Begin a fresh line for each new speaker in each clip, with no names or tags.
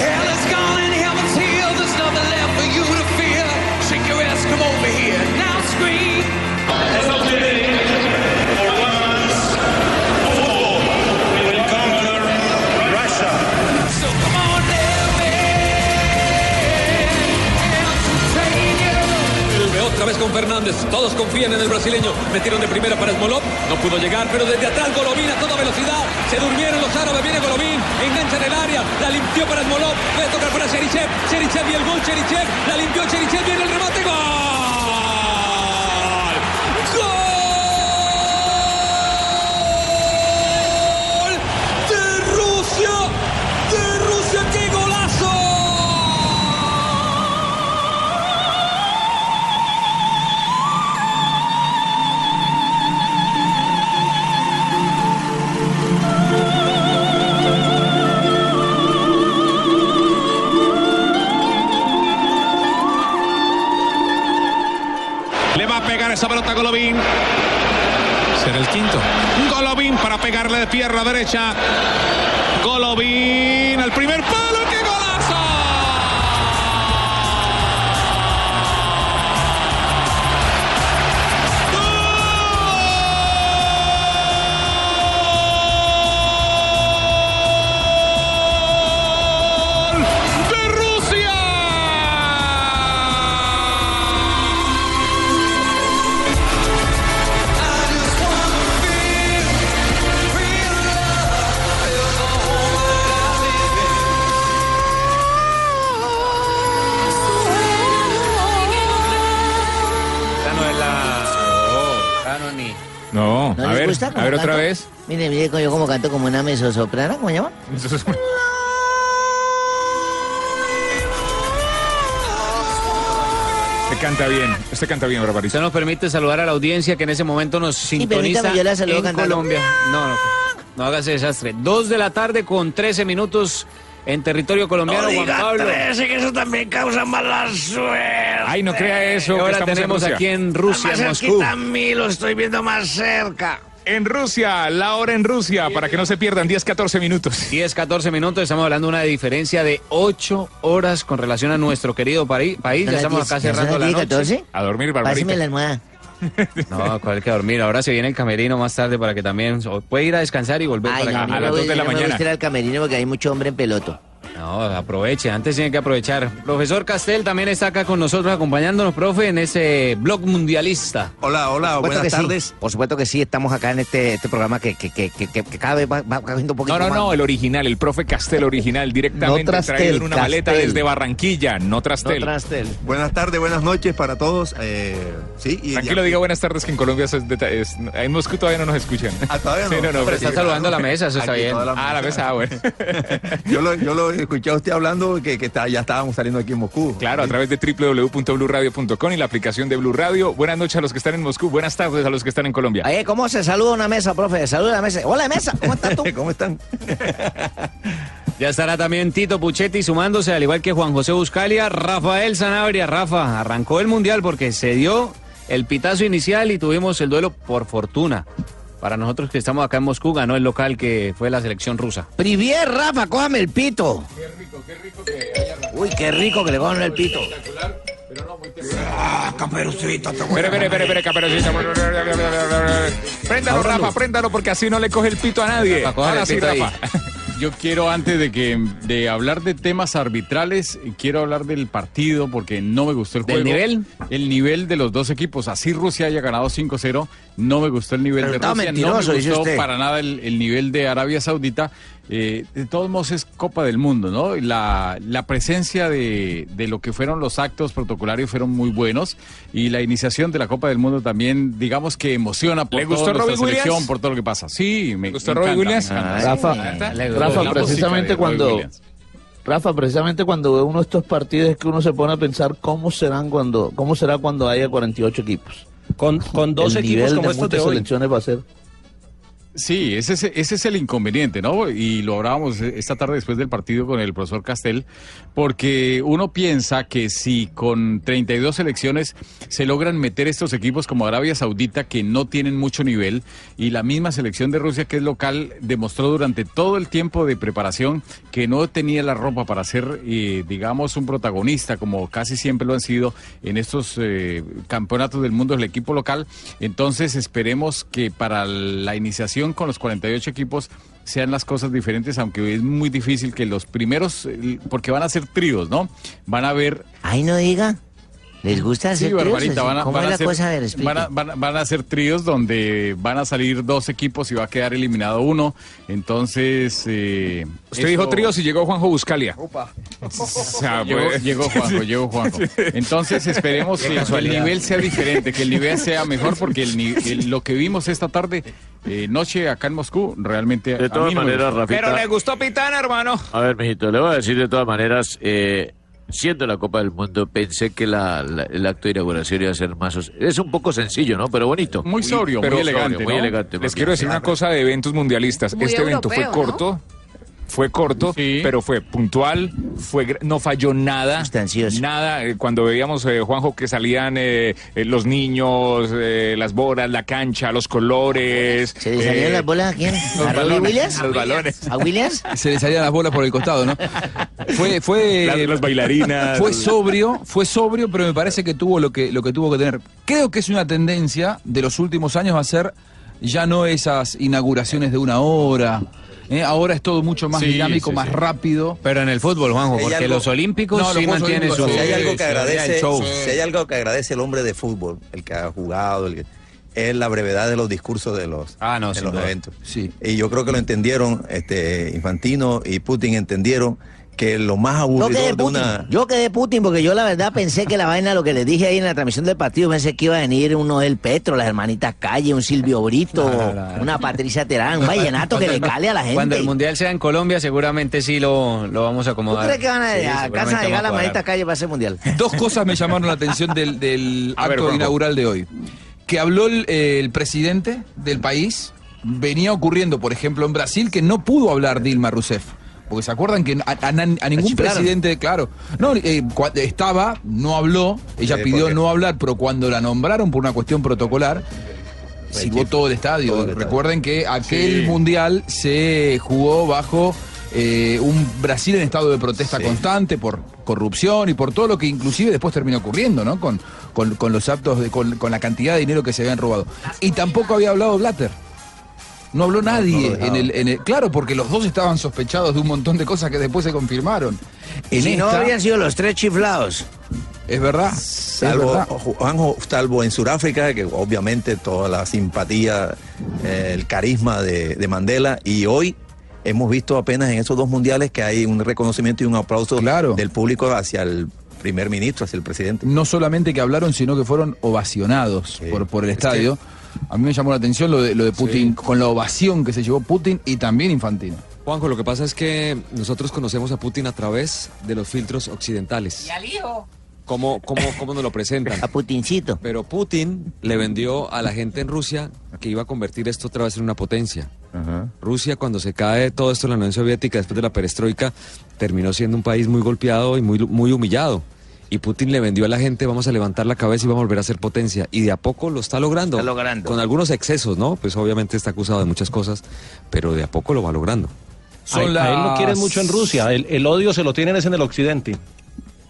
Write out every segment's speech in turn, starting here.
Hell is gone and heaven's here. There's nothing left for you to fear. Shake your ass, come over here. Now scream. Let's not do it for once. Football will conquer Russia. So come on,
Otra vez con Fernández, todos confían en el brasileño. Metieron de primera para Smolov, no pudo llegar, pero desde atrás Golovin a toda velocidad. Se durmieron los árabes, viene Golovin, engancha en el área, la limpió para Smolov, puede tocar para Cherichev, Cherichev y el gol, Cherichev, la limpió Cherichev, viene el remate, gol. ¡Gol! ¡De Rusia! ¡De Rusia! ¡Qué golazo!
Le va a pegar esa pelota a Golovin. Será el quinto. Golovin para pegarle de pierna derecha. Golovin al primer palo. ¡Qué golazo! ¡Gol de Rusia!
Esta no es la.
Oh,
No,
¿No
a
les
ver,
gusta cómo
a ver otra
canto?
vez.
Mire, mire, yo como canto como una mesosoprana, ¿cómo se llama?
Este canta bien, este canta bien, Barbarita.
Usted nos permite saludar a la audiencia que en ese momento nos sintoniza
permítame, yo la saludo
en
cantando.
Colombia. No, no, no haga ese desastre. Dos de la tarde con 13 minutos en territorio colombiano, Juan Pablo.
que eso también causa mala suerte.
Ay, no crea eso.
Y
que
ahora
estamos en
tenemos
Rusia.
aquí en Rusia, en Moscú.
mí lo estoy viendo más cerca.
En Rusia, la hora en Rusia, para que no se pierdan 10, 14 minutos.
10, 14 minutos, estamos hablando de una diferencia de 8 horas con relación a nuestro querido pari- país. Ya estamos acá cerrando la noche.
A dormir,
Páseme la
Barbarita.
almohada.
No, cuál que dormir. Ahora se viene el camerino más tarde para que también o puede ir a descansar y volver
Ay,
para acá.
no, a mí
a
no
las
me
dos de
voy-
la
no me
mañana.
gusta ir al camerino porque hay mucho hombre en peloto.
No, aproveche, antes tiene que aprovechar. Profesor Castel también está acá con nosotros acompañándonos, profe, en ese blog mundialista.
Hola, hola,
Por supuesto
buenas
que sí,
tardes.
Por supuesto que sí, estamos acá en este, este programa que, que, que, que, que- que cada vez va, va cogiendo
No,
un poquito
no,
más.
no, el original, el profe Castel original, directamente
Trastel,
traído en una maleta
Castel.
desde Barranquilla, no
No,
Trastel.
Trastel.
Buenas tardes, buenas noches para todos. eh, sí, y
Tranquilo, diga buenas tardes, que en Colombia es de- es- en Moscú todavía no nos escuchan.
Ah, todavía
Sí, no, no,
pero está
sí,
saludando
claro.
a la mesa, eso está
Aquí
bien.
toda
Ah, la mesa, ah, bueno.
Yo lo, yo lo escuché a usted hablando que, que está- ya estábamos saliendo aquí en Moscú.
Claro, a través de www.bluradio.com y la aplicación de Blue Radio. Buenas noches a los que están en Moscú, buenas tardes a los que están en Colombia.
Ay, Eh, ¿Cómo se saluda una mesa, profe? Saluda a la mesa. Hola, mesa, ¿cómo estás tú?
¿Cómo están?
Ya estará también Tito Puchetti sumándose, al igual que Juan José Buscalia, Rafael Sanabria. Rafa, arrancó el mundial porque se dio el pitazo inicial y tuvimos el duelo por fortuna. Para nosotros que estamos acá en Moscú, ganó el local que fue la selección rusa.
Privier, Rafa, cójame el pito. Qué rico, qué rico que Uy, qué rico que le cojan el pito.
Espere, espere, espere, espere, caperucita. Préndalo, Rafa, préndalo, porque así no le coge el pito a nadie.
Rafa, coge
Ahora
el
sí,
pito ahí.
Rafa.
Yo quiero antes de que de hablar de temas arbitrales, quiero hablar del partido porque no me gustó el
¿Del
juego.
nivel?
El nivel de los dos equipos. Así Rusia haya ganado 5-0, no me gustó el nivel de
Resultado
Rusia, no me
mentiroso, dice
gustó
usted.
para nada el, el nivel de Arabia Saudita. Eh, de todos modos es Copa del Mundo, ¿no? La, la presencia de, de lo que fueron los actos protocolarios fueron muy buenos y la iniciación de la Copa del Mundo también, digamos que emociona por
¿Le
todo
gustó
nuestra
Robbie Williams?
selección, por todo lo que pasa. Sí, me
gustó
me
Robbie
encanta,
Williams?
me encanta.
Rafa, Rafa,
La música
precisamente
de Robbie
cuando
Williams.
Rafa, precisamente cuando ve uno de estos partidos es que uno se pone a pensar cómo serán cuando cómo será cuando haya 48 equipos.
Con con dos equipos como estos de hoy.
selecciones va a ser.
Sí, ese es, ese es el inconveniente, ¿no? Y lo hablábamos esta tarde después del partido con el profesor Castel, porque uno piensa que si con 32 selecciones se logran meter estos equipos como Arabia Saudita, que no tienen mucho nivel, y la misma selección de Rusia, que es local, demostró durante todo el tiempo de preparación que no tenía la ropa para ser, eh, digamos, un protagonista, como casi siempre lo han sido en estos eh, campeonatos del mundo del equipo local. Entonces esperemos que para la iniciación con los 48 equipos sean las cosas diferentes, aunque es muy difícil que los primeros, eh, porque van a ser tríos, ¿no? Van a haber...
Ahí no diga. ¿Les gusta hacer
Sí,
tríos?
Barbarita, van a,
¿Cómo
van
es
a
la
hacer-
cosa? A ver, explique.
van a- van a- van a hacer tríos donde van a salir dos equipos y va a quedar eliminado uno. Entonces... eh,
Usted dijo
esto-
tríos y llegó Juanjo Buscalia.
llegó, llegó Juanjo, llegó Juanjo. Ah, Entonces esperemos
Qué
que el
casualidad.
nivel sea diferente, que el nivel sea mejor, porque el ni- el- lo que vimos esta tarde, eh, noche acá en Moscú, realmente.
De todas maneras, Rafita- Pero le
gustó Pitana, hermano.
A ver, mijito, le voy a decir de todas maneras, eh, siendo la Copa del Mundo, pensé que la- la- el acto de inauguración iba a ser más... os- Es un poco sencillo, ¿no? Pero bonito.
Muy sobrio, muy elegante.
muy
¿no?
elegante.
Les quiero decir una cosa de eventos mundialistas.
Muy
este evento fue
europeo, ¿no?
corto, fue corto, pero fue puntual, fue gr- no falló nada. Nada. eh, Cuando veíamos, eh, Juanjo, que salían eh, eh, los niños, eh, las bolas, la cancha, los colores. ¿Se
¿Le salieron las bolas a quién?
los
¿A Robbie
balones,
Williams?
los balones.
¿A Williams?
Se le salían las bolas por el costado, ¿no? Fue, fue.
Las- las bailarinas.
Fue sobrio, fue sobrio, pero me parece que tuvo lo que, lo que tuvo que tener. Creo que es una tendencia de los últimos años a ser ya no esas inauguraciones de una hora. ¿eh? Ahora es todo mucho más
Sí,
dinámico,
sí,
más
sí.
rápido.
Pero en el fútbol, Juanjo,
Hay
porque
algo-
los olímpicos
No, los
sí
Juegos
mantienen su...
Olímpicos,
si hay algo
Sí,
que agradece, si hay algo que agradece el hombre de fútbol, el que ha jugado, el que- es la brevedad de los discursos de los,
Ah,
de
sin
los
duda.
eventos. Y yo creo que lo entendieron, este Infantino y Putin entendieron que lo más
Yo
aburrido
quedé
de
Putin,
una
yo quedé Putin porque yo la verdad pensé que la vaina, lo que les dije ahí en la transmisión del partido, pensé que iba a venir uno del Petro, las hermanitas Calle, un Silvio Brito, una Patricia Terán, un vallenato que le cale a la gente.
Cuando el Mundial sea en Colombia, seguramente sí lo, lo vamos a
¿Tú
acomodar.
crees que van a,
Sí,
alcanzan a
seguramente
llegar
vamos
las
a cuadrar.
manitas Calle para ese Mundial?
Dos cosas me llamaron la atención del, del
ver,
acto
Juanjo.
inaugural de hoy. Que habló el, eh, el presidente del país. Venía ocurriendo, por ejemplo, en Brasil, que no pudo hablar Dilma Rousseff. Porque se acuerdan que a, a- a ningún
chiflaron.
presidente, claro. No, eh, cua- estaba, no habló. Ella
Sí,
pidió
porque-
no hablar, pero cuando la nombraron por una cuestión protocolar, silbó todo el estadio. Recuerden que aquel
Sí.
mundial se jugó bajo eh, un Brasil en estado de protesta constante por corrupción y por todo lo que inclusive después terminó ocurriendo, ¿no? Con, con, con los actos, de, con, con la cantidad de dinero que se habían robado. Y tampoco había hablado Blatter. No habló nadie. en el, en el- claro, porque los dos estaban sospechados de un montón de cosas que después se confirmaron.
Y si no habrían sido los tres chiflados.
Es verdad.
Salvo, Juanjo, salvo en Sudáfrica, que obviamente toda la simpatía, eh, el carisma de, de Mandela, y hoy hemos visto apenas en esos dos mundiales que hay un reconocimiento y un aplauso del público hacia el primer ministro, hacia el presidente.
no solamente que hablaron, sino que fueron ovacionados por, por el estadio. A mí me llamó la atención lo de, lo de Putin, con la ovación que se llevó Putin y también Infantino.
Juanjo, lo que pasa es que nosotros conocemos a Putin a través de los filtros occidentales. ¿Cómo, cómo, cómo nos lo presentan? A
Putincito.
Pero Putin le vendió a la gente en Rusia que iba a convertir esto otra vez en una potencia. Rusia, cuando se cae todo esto en la Unión Soviética después de la perestroika, terminó siendo un país muy golpeado y muy, muy humillado. Y Putin le vendió a la gente, vamos a levantar la cabeza y vamos a volver a ser potencia. Y de a poco lo está logrando. Con algunos excesos, ¿no? Pues obviamente está acusado de muchas cosas, pero de a poco lo va logrando.
A él- a él lo quieren mucho en Rusia. El, el odio se lo tienen es en el occidente.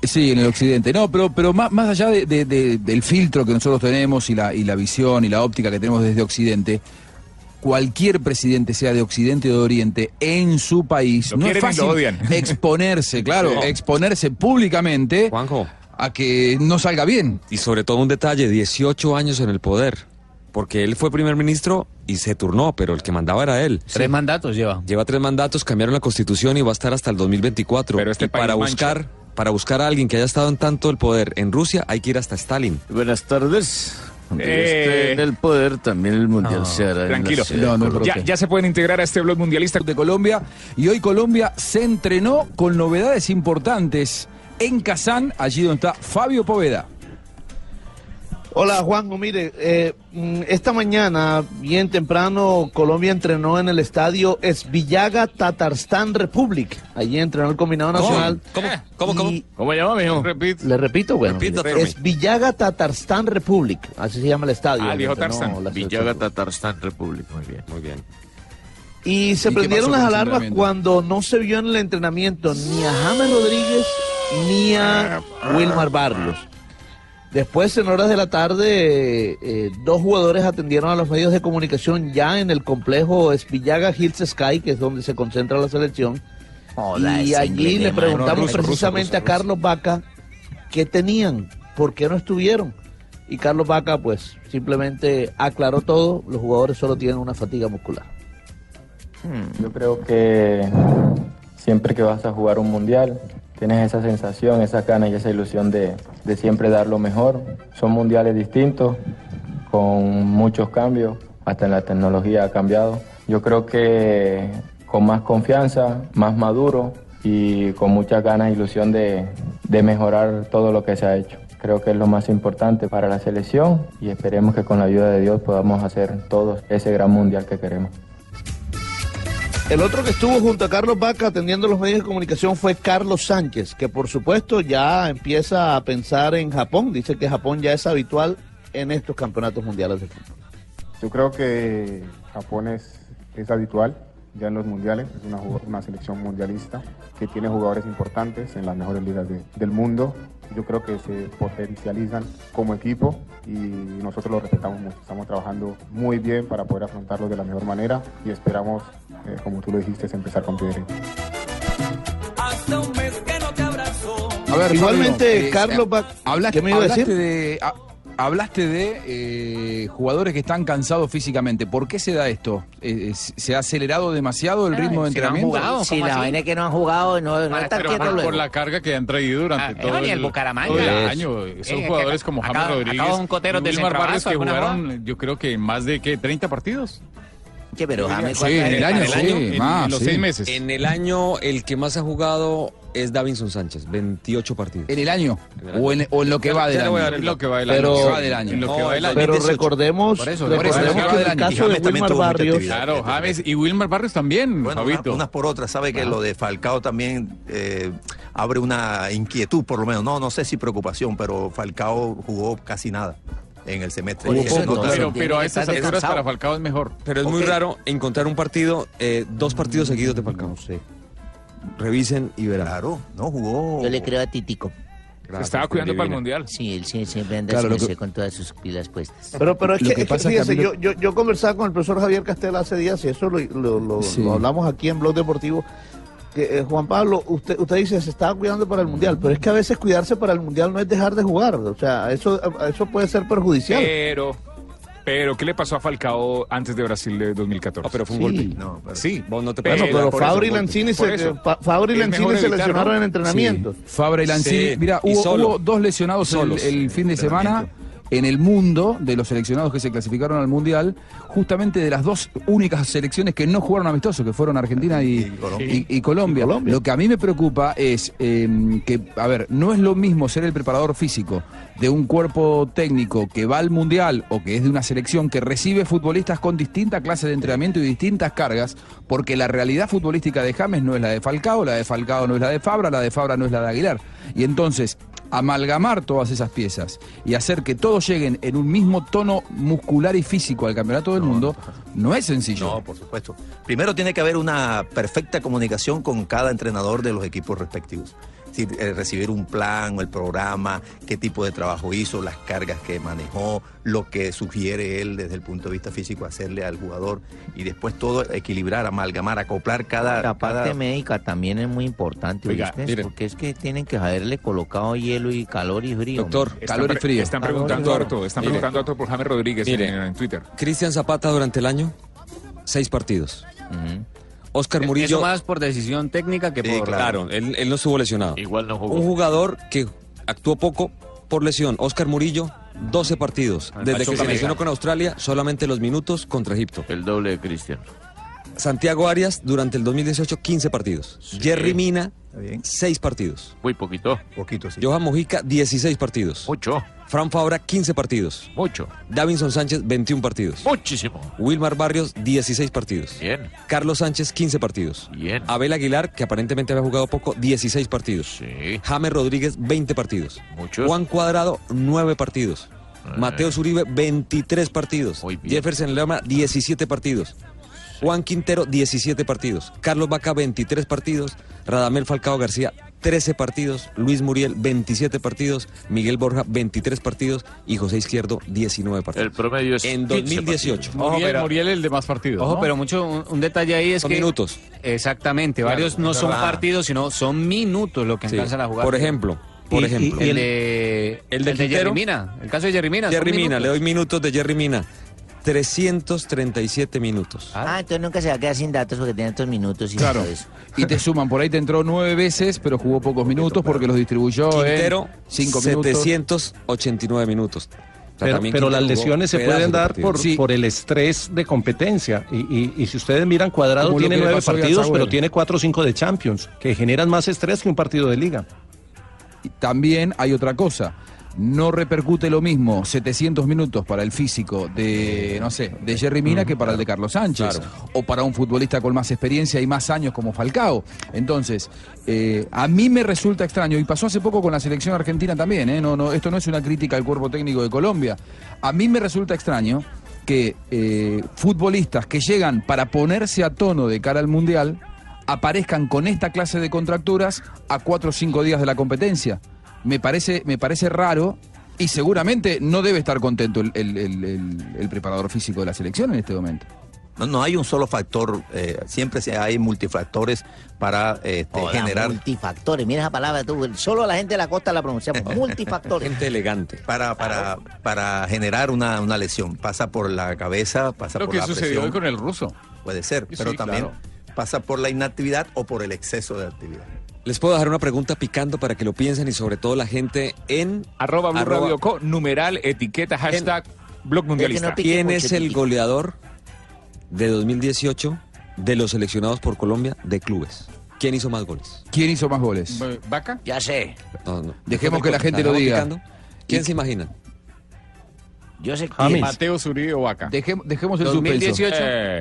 Sí, en el occidente. No, pero, pero más, más allá de- de- de- del filtro que nosotros tenemos y la, y la visión y la óptica que tenemos desde occidente, cualquier presidente, sea de occidente o de oriente, en su país,
Lo
no es
quieren y
fácil
lo odian.
exponerse, claro,
Sí.
exponerse públicamente a que no salga bien.
Y sobre todo un detalle, 18 años en el poder. Porque él fue primer ministro y se turnó, pero el que mandaba era él.
Tres mandatos lleva.
Lleva tres mandatos, cambiaron la constitución y va a estar hasta el 2024. Pero este para
país mancha.
buscar para buscar a alguien que haya estado en tanto el poder en Rusia, hay que ir hasta Stalin.
Buenas tardes. Aunque yo
Eh.
esté en el poder, también el mundial
No,
se hará. en la
Tranquilo.
ciudad de Colombia.
ya, ya se pueden integrar a este blog mundialista.
de Colombia y hoy Colombia se entrenó con novedades importantes en Kazán, allí donde está Fabio Poveda.
Hola Juanjo, mire, eh, mm, esta mañana, bien temprano, Colombia entrenó en el estadio Esvillaga Tatarstán Republic. Allí entrenó el combinado nacional.
¿Cómo?
Eh,
¿Cómo? ¿Cómo?
¿Cómo llama, mijo? Le repito, bueno.
Repita,
mire,
Tommy.
Esvillaga Tatarstán Republic. Así se llama el estadio.
Ah,
donde
viejo
entrenó
Tarzán.
la
Villaga Tatarstán República. Muy bien. Muy bien.
Y se
¿Y qué
prendieron
pasó
las
con el
alarmas
entrenamiento?
cuando no se vio en el entrenamiento ni a James Rodríguez ni a Wilmar Barrios. Después, en horas de la tarde, eh, dos jugadores atendieron a los medios de comunicación ya en el complejo Espillaga Hills Sky, que es donde se concentra la selección.
Hola,
y
ese
allí
inglés,
le
hermano.
preguntamos
Ruso, ruso,
precisamente a Carlos Vaca qué tenían, por qué no estuvieron. Y Carlos Vaca, pues, simplemente aclaró todo. Los jugadores solo tienen una fatiga muscular.
Yo creo que siempre que vas a jugar un mundial, tienes esa sensación, esa gana y esa ilusión de, de siempre dar lo mejor. Son mundiales distintos, con muchos cambios, hasta en la tecnología ha cambiado. Yo creo que con más confianza, más maduro y con muchas ganas e ilusión de, de mejorar todo lo que se ha hecho. Creo que es lo más importante para la selección y esperemos que con la ayuda de Dios podamos hacer todos ese gran mundial que queremos.
El otro que estuvo junto a Carlos Vaca atendiendo los medios de comunicación fue Carlos Sánchez, que por supuesto ya empieza a pensar en Japón. Dice que Japón ya es habitual en estos campeonatos mundiales de fútbol.
Yo creo que Japón es, es habitual ya en los mundiales, es una, jug- una selección mundialista que tiene jugadores importantes en las mejores ligas de- del mundo. Yo creo que se potencializan como equipo y nosotros lo respetamos mucho. Estamos trabajando muy bien para poder afrontarlo de la mejor manera y esperamos, eh, como tú lo dijiste, empezar con pie derecho.
A ver,
Igualmente,
Fabio, eh,
Carlos Ba-
hablaste,
¿qué me iba a
hablaste
decir?
de ha- hablaste de eh, jugadores que están cansados físicamente. ¿Por qué se da esto? Eh, eh, ¿Se ha acelerado demasiado el ritmo de entrenamiento?
Si la vaina es que no han jugado, no, no están
Pero
quietos luego.
por la carga que han traído durante todo,
y el
el,
Bucaramanga.
todo el
Es.
año.
Es
Son
que
jugadores
acá-
como James
acá-
Rodríguez.
acá un cotero del
Wilmar Barrios
centroavanzo,
que
¿alguna
jugaron, yo creo que más de ¿qué? 30 partidos.
Que pero
James, Sí, en el año, sí,
en-
más,
en los
sí.
seis meses. En el año, el que más ha jugado es Davinson Sánchez, 28 partidos.
¿En el año? ¿O en, o en lo que
Ya-
va
ya
del
le voy a dar
año?
el- lo que va del año.
Pero-
En lo que va del año.
en lo que
No,
va del año.
Pero recordemos,
Por eso, por eso, lo que
recordemos
va
que
del
en el
año.
caso de
James también
Wilmar
tuvo mucha
Barrios,
actividad.
Claro, James y Wilmar Barrios también,
Bueno,
una-
Fabito.
unas por otras, sabe que lo de Falcao también eh, abre una inquietud, por lo menos. No, no sé si preocupación, pero Falcao jugó casi nada en el semestre.
Jugó
Y eso
poco,
nota-
pero- pero a estas alturas para
Falcao es mejor.
Pero es muy
Ok.
raro encontrar un partido, eh, dos partidos seguidos de Falcao. Revisen y verán.
Claro, no jugó.
Yo le creo a Titico.
Gracias, estaba cuidando para el divina.
mundial. Sí, él sí- siempre anda
Claro,
claro,
lo que-
con todas sus pilas puestas.
Pero, pero es que, es que fíjese,
Camilo-
yo, yo, yo conversaba con el profesor Javier Castell hace días y eso lo, lo- lo-
Sí.
lo hablamos aquí en Blog Deportivo. Que, eh, Juan Pablo, usted, usted dice se estaba cuidando para el mundial, pero es que a veces cuidarse para el mundial no es dejar de jugar. O sea, eso, eso puede ser perjudicial.
Pero, pero, ¿qué le pasó a Falcao antes de Brasil de 2014? pero
fue un Sí. golpe.
sí.
no te
bueno, pero Fabri y Lanzini, se, Fa- Fabri y Lanzini se lesionaron en entrenamiento.
Sí. Fabra y Lanzini. Mira, hubo, hubo dos lesionados el-
Solos.
el, fin de semana en el mundo de los seleccionados que se clasificaron al Mundial, justamente de las dos únicas selecciones que no jugaron amistosos, que fueron Argentina y,
Colombia.
y- y Colombia. Lo que a mí me preocupa es eh, que, a ver, no es lo mismo ser el preparador físico de un cuerpo técnico que va al Mundial o que es de una selección que recibe futbolistas con distintas clases de entrenamiento y distintas cargas, porque la realidad futbolística de James no es la de Falcao, la de Falcao no es la de Fabra, la de Fabra no es la de Aguilar. Y entonces, amalgamar todas esas piezas y hacer que todos lleguen en un mismo tono muscular y físico al campeonato del mundo, no es sencillo.
No, por supuesto. Primero tiene que haber una perfecta comunicación con cada entrenador de los equipos respectivos. decir, eh, recibir un plan o el programa, qué tipo de trabajo hizo, las cargas que manejó, lo que sugiere él desde el punto de vista físico hacerle al jugador y después todo equilibrar, amalgamar, acoplar cada...
La parte
cada-
médica también es muy importante,
Oiga,
¿oíste?
miren.
Porque es que tienen que haberle colocado hielo y calor y frío.
Doctor,
hombre.
calor y frío.
Están
Calor y
preguntando
frío.
harto, están
Mire.
preguntando harto por James Rodríguez
Mire.
en, en Twitter.
Cristian Zapata durante el año, seis partidos.
Eh,
Oscar Murillo.
Eso más por decisión técnica que
Sí,
por...
claro, él, él no estuvo lesionado.
Igual no
Un jugador que actuó poco por lesión, Oscar Murillo, 12 partidos.
Al
Desde que
Pachuca
se lesionó
mexicano.
con Australia, solamente los minutos contra Egipto.
El doble de Cristian.
Santiago Arias, durante el 2018, 15 partidos. Jerry Mina, 6 partidos.
Muy poquito.
Poquito, sí.
Johan Mojica, 16 partidos.
Mucho.
Fran Fabra, 15 partidos.
Mucho.
Davinson Sánchez, 21 partidos.
Muchísimo.
Wilmar Barrios, 16 partidos.
Bien.
Carlos Sánchez, 15 partidos. Abel Aguilar, que aparentemente había jugado poco, 16 partidos. James Rodríguez, 20 partidos. Juan Cuadrado, 9 partidos.
Eh.
Mateo Zuribe, 23 partidos. Jefferson Lema, 17 partidos. Juan Quintero, 17 partidos. Carlos Vaca, 23 partidos. Radamel Falcao García, 13 partidos. Luis Muriel, 27 partidos. Miguel Borja, 23 partidos. Y José Izquierdo, 19 partidos.
El promedio es
En 2018.
Muriel-
Muriel el de más partidos.
Ojo,
¿no?
pero mucho un, un detalle ahí es
Son
que...
minutos. Ah,
Exactamente,
Claro,
varios no
es
son
verdad.
partidos, sino son minutos lo que
Sí.
alcanzan a jugar.
Por ejemplo, por
Y- y-
ejemplo.
y el, de,
el de
el de
Quintero.
Jerry Mina, el caso de Jerry Mina. son
Jerry Mina,
minutos.
le doy minutos de Jerry Mina. 337 minutos.
Ah, entonces nunca se va a quedar sin datos porque tiene estos minutos y
Claro.
todo eso.
Y te suman, por ahí te entró nueve veces, pero jugó pocos minutos porque los distribuyó
Quintero,
en cinco minutos.
789 minutos. O sea,
Pero,
también
pero
Quintero
las
jugó
lesiones se
pedazos
pueden
de
dar
partidos.
por, por el estrés de competencia. Y, y- y si ustedes miran, Cuadrado
Como lo
tiene
que le
nueve
pasó hoy a
partidos, pero
Saúl.
tiene cuatro o cinco de Champions, que generan más estrés que un partido de liga.
También hay otra cosa. No repercute lo mismo 700 minutos para el físico de, no sé, de Jerry
Mm,
Mina que para el de Carlos Sánchez. O para un futbolista con más experiencia y más años como Falcao. Entonces, eh, a mí me resulta extraño, y pasó hace poco con la selección argentina también, ¿eh? no, no, esto no es una crítica al cuerpo técnico de Colombia. A mí me resulta extraño que eh, futbolistas que llegan para ponerse a tono de cara al Mundial aparezcan con esta clase de contracturas a cuatro o cinco días de la competencia. Me parece, me parece raro y seguramente no debe estar contento el, el- el- el- el preparador físico de la selección en este momento.
No, no hay un solo factor, eh, siempre se- hay multifactores para este,
Hola,
generar...
Multifactores, mira esa palabra tú. Solo la gente de la costa la pronunciamos. Multifactores.
Gente elegante.
Para, para, para generar una, una lesión. Pasa por la cabeza, pasa
Lo
por
que
la
sucedió
presión.
hoy con el ruso.
Puede ser,
Sí,
pero
sí,
también pasa por la inactividad o por el exceso de actividad.
Les puedo dejar una pregunta picando para que lo piensen y sobre todo la gente en
Arroba Blue Radio Co, numeral, etiqueta, hashtag, blog mundialista.
¿Quién es el goleador de 2018 de los seleccionados por Colombia de clubes? ¿Quién hizo más goles?
¿Quién hizo más goles?
¿Vaca?
Ya sé.
No, no.
Dejemos que la gente lo diga.
Picando. ¿Quién se imagina?
Yo sé
James.
Mateo Zuribe o Vaca.
Dejem- dejemos el suspenso.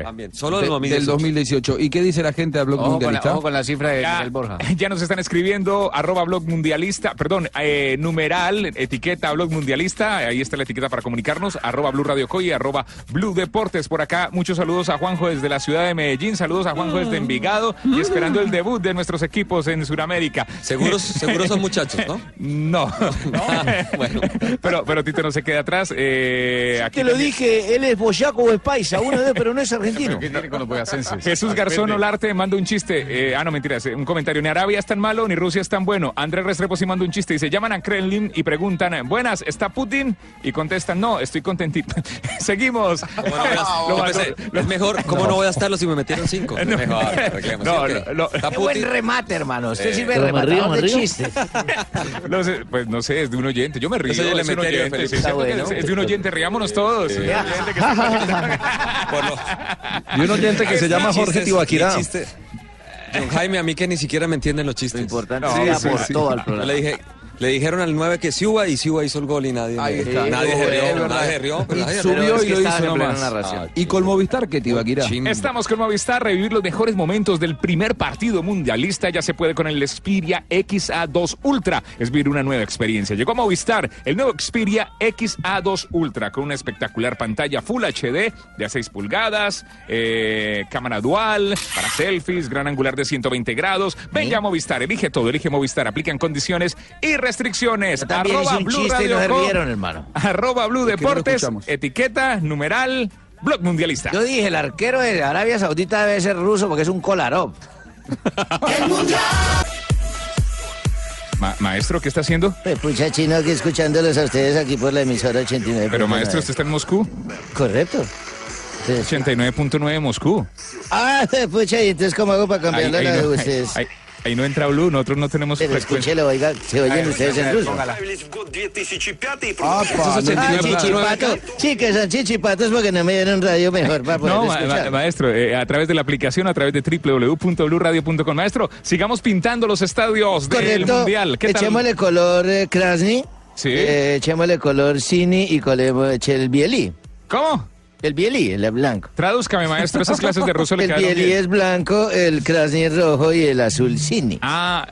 También, solo del
De-
2018.
del 2018. ¿Y qué dice la gente a Blog
Eh. Ojo con la-
Mundialista?
ojo con la cifra de Miguel
Borja.
Ya nos están escribiendo arroba blog mundialista, perdón, eh, numeral, etiqueta blog mundialista, ahí está la etiqueta para comunicarnos, arroba blue radio co y arroba blue deportes. Por acá, muchos saludos a Juanjo desde la ciudad de Medellín, saludos a Juanjo desde Envigado y esperando el debut de nuestros equipos en Sudamérica.
Seguros, seguros son muchachos, ¿no?
No, pero, pero Tito no se queda atrás. eh, aquí
Te lo
también-
dije, él es boyaco o es paisa, uno de pero no es argentino.
Eh,
Jesús Garzón Olarte manda un chiste. eh, ah, no, mentiras. eh, Un comentario. Ni Arabia es tan malo, ni Rusia es tan bueno. Andrés Restrepo sí manda un chiste. Dice, llaman a Kremlin y preguntan, buenas, ¿está Putin? Y contestan, no, estoy contentito. Seguimos. Lo
Yo
mandó-
pensé,
lo-
pues, eh, es mejor, ¿cómo no. voy a estarlo si me metieron cinco?
No.
Mejor, reclamo, ¿sí
No,
o qué?
no, no.
Está
Qué
Putin.
buen remate, hermano. Usted
Eh,
sirve de
pero me río,
rematador
me
de
río.
chistes.
No sé, pues no sé, es de un oyente. Yo me río.
Yo soy el
es, un
Emeterio de
oyente,
Felipe.
sí,
Está
sí, porque
bueno.
es de un oyente, riámonos todos.
Sí.
Es de un oyente que se-
Yo
un oyente
Ah,
que se llama Jorge Tibaquirá.
Don Jaime, a mí que ni siquiera me entienden los chistes. Lo importante
es que aportó al programa.
Le dije, Le dijeron al 9 que Siuba y Siuba hizo el gol y nadie.
Ahí está.
Nadie
Sí, Este, es
rió,
verdad.
nadie rió. pero
Y
nadie rió.
subió y lo hizo nomás.
Ah,
y con Movistar, ¿qué te iba a quitar?
Estamos con Movistar, revivir los mejores momentos del primer partido mundialista. Ya se puede con el Xperia XA2 Ultra. Es vivir una nueva experiencia. Llegó a Movistar el nuevo Xperia XA2 Ultra con una espectacular pantalla Full HD de a 6 pulgadas, eh, cámara dual para selfies, gran angular de 120 grados. Ven ya a Movistar, elige todo, elige Movistar. Aplican condiciones y restricciones.
También hice un
Blue
chiste y no
Radio
se
Co.
rieron, hermano.
Arroba Blue
que no lo
Deportes,
escuchamos.
etiqueta, numeral, blog mundialista.
Yo dije, el arquero de Arabia Saudita debe ser ruso porque es un Kolarov.
Ma- maestro, ¿qué está haciendo?
Pues pucha chino aquí escuchándolos a ustedes aquí por la emisora 89.
Pero maestro, ¿usted está en Moscú?
Correcto.
89.9 Moscú.
Ah, pucha, y entonces ¿cómo hago para cambiarla la de
no,
ustedes?
ahí- ahí no entra Blue, nosotros no tenemos
Pero
frecuencia.
escúchelo, oiga, se oyen
Ahí,
ustedes en
ahí,
ruso.
póngala.
Ah,
Eso es 89.9.
chichipatos. Sí, que son chichipatos porque no me dieron radio mejor para poder
No, ma- ma-
escuchar.
maestro, eh, a través de la aplicación, a través de www.bluradio.com. Maestro, sigamos pintando los estadios del
Correcto.
Mundial. ¿Qué tal?
Echémosle color eh, Krasny.
Sí.
Eh, echémosle color Cini y colemos el Bielí.
¿Cómo?
El Bielí, el blanco.
Tradúzcame, maestro, esas clases de ruso le
El
quedaron
Bielí
bien.
es blanco, el Krasny es rojo y el azul Cini.
Ah,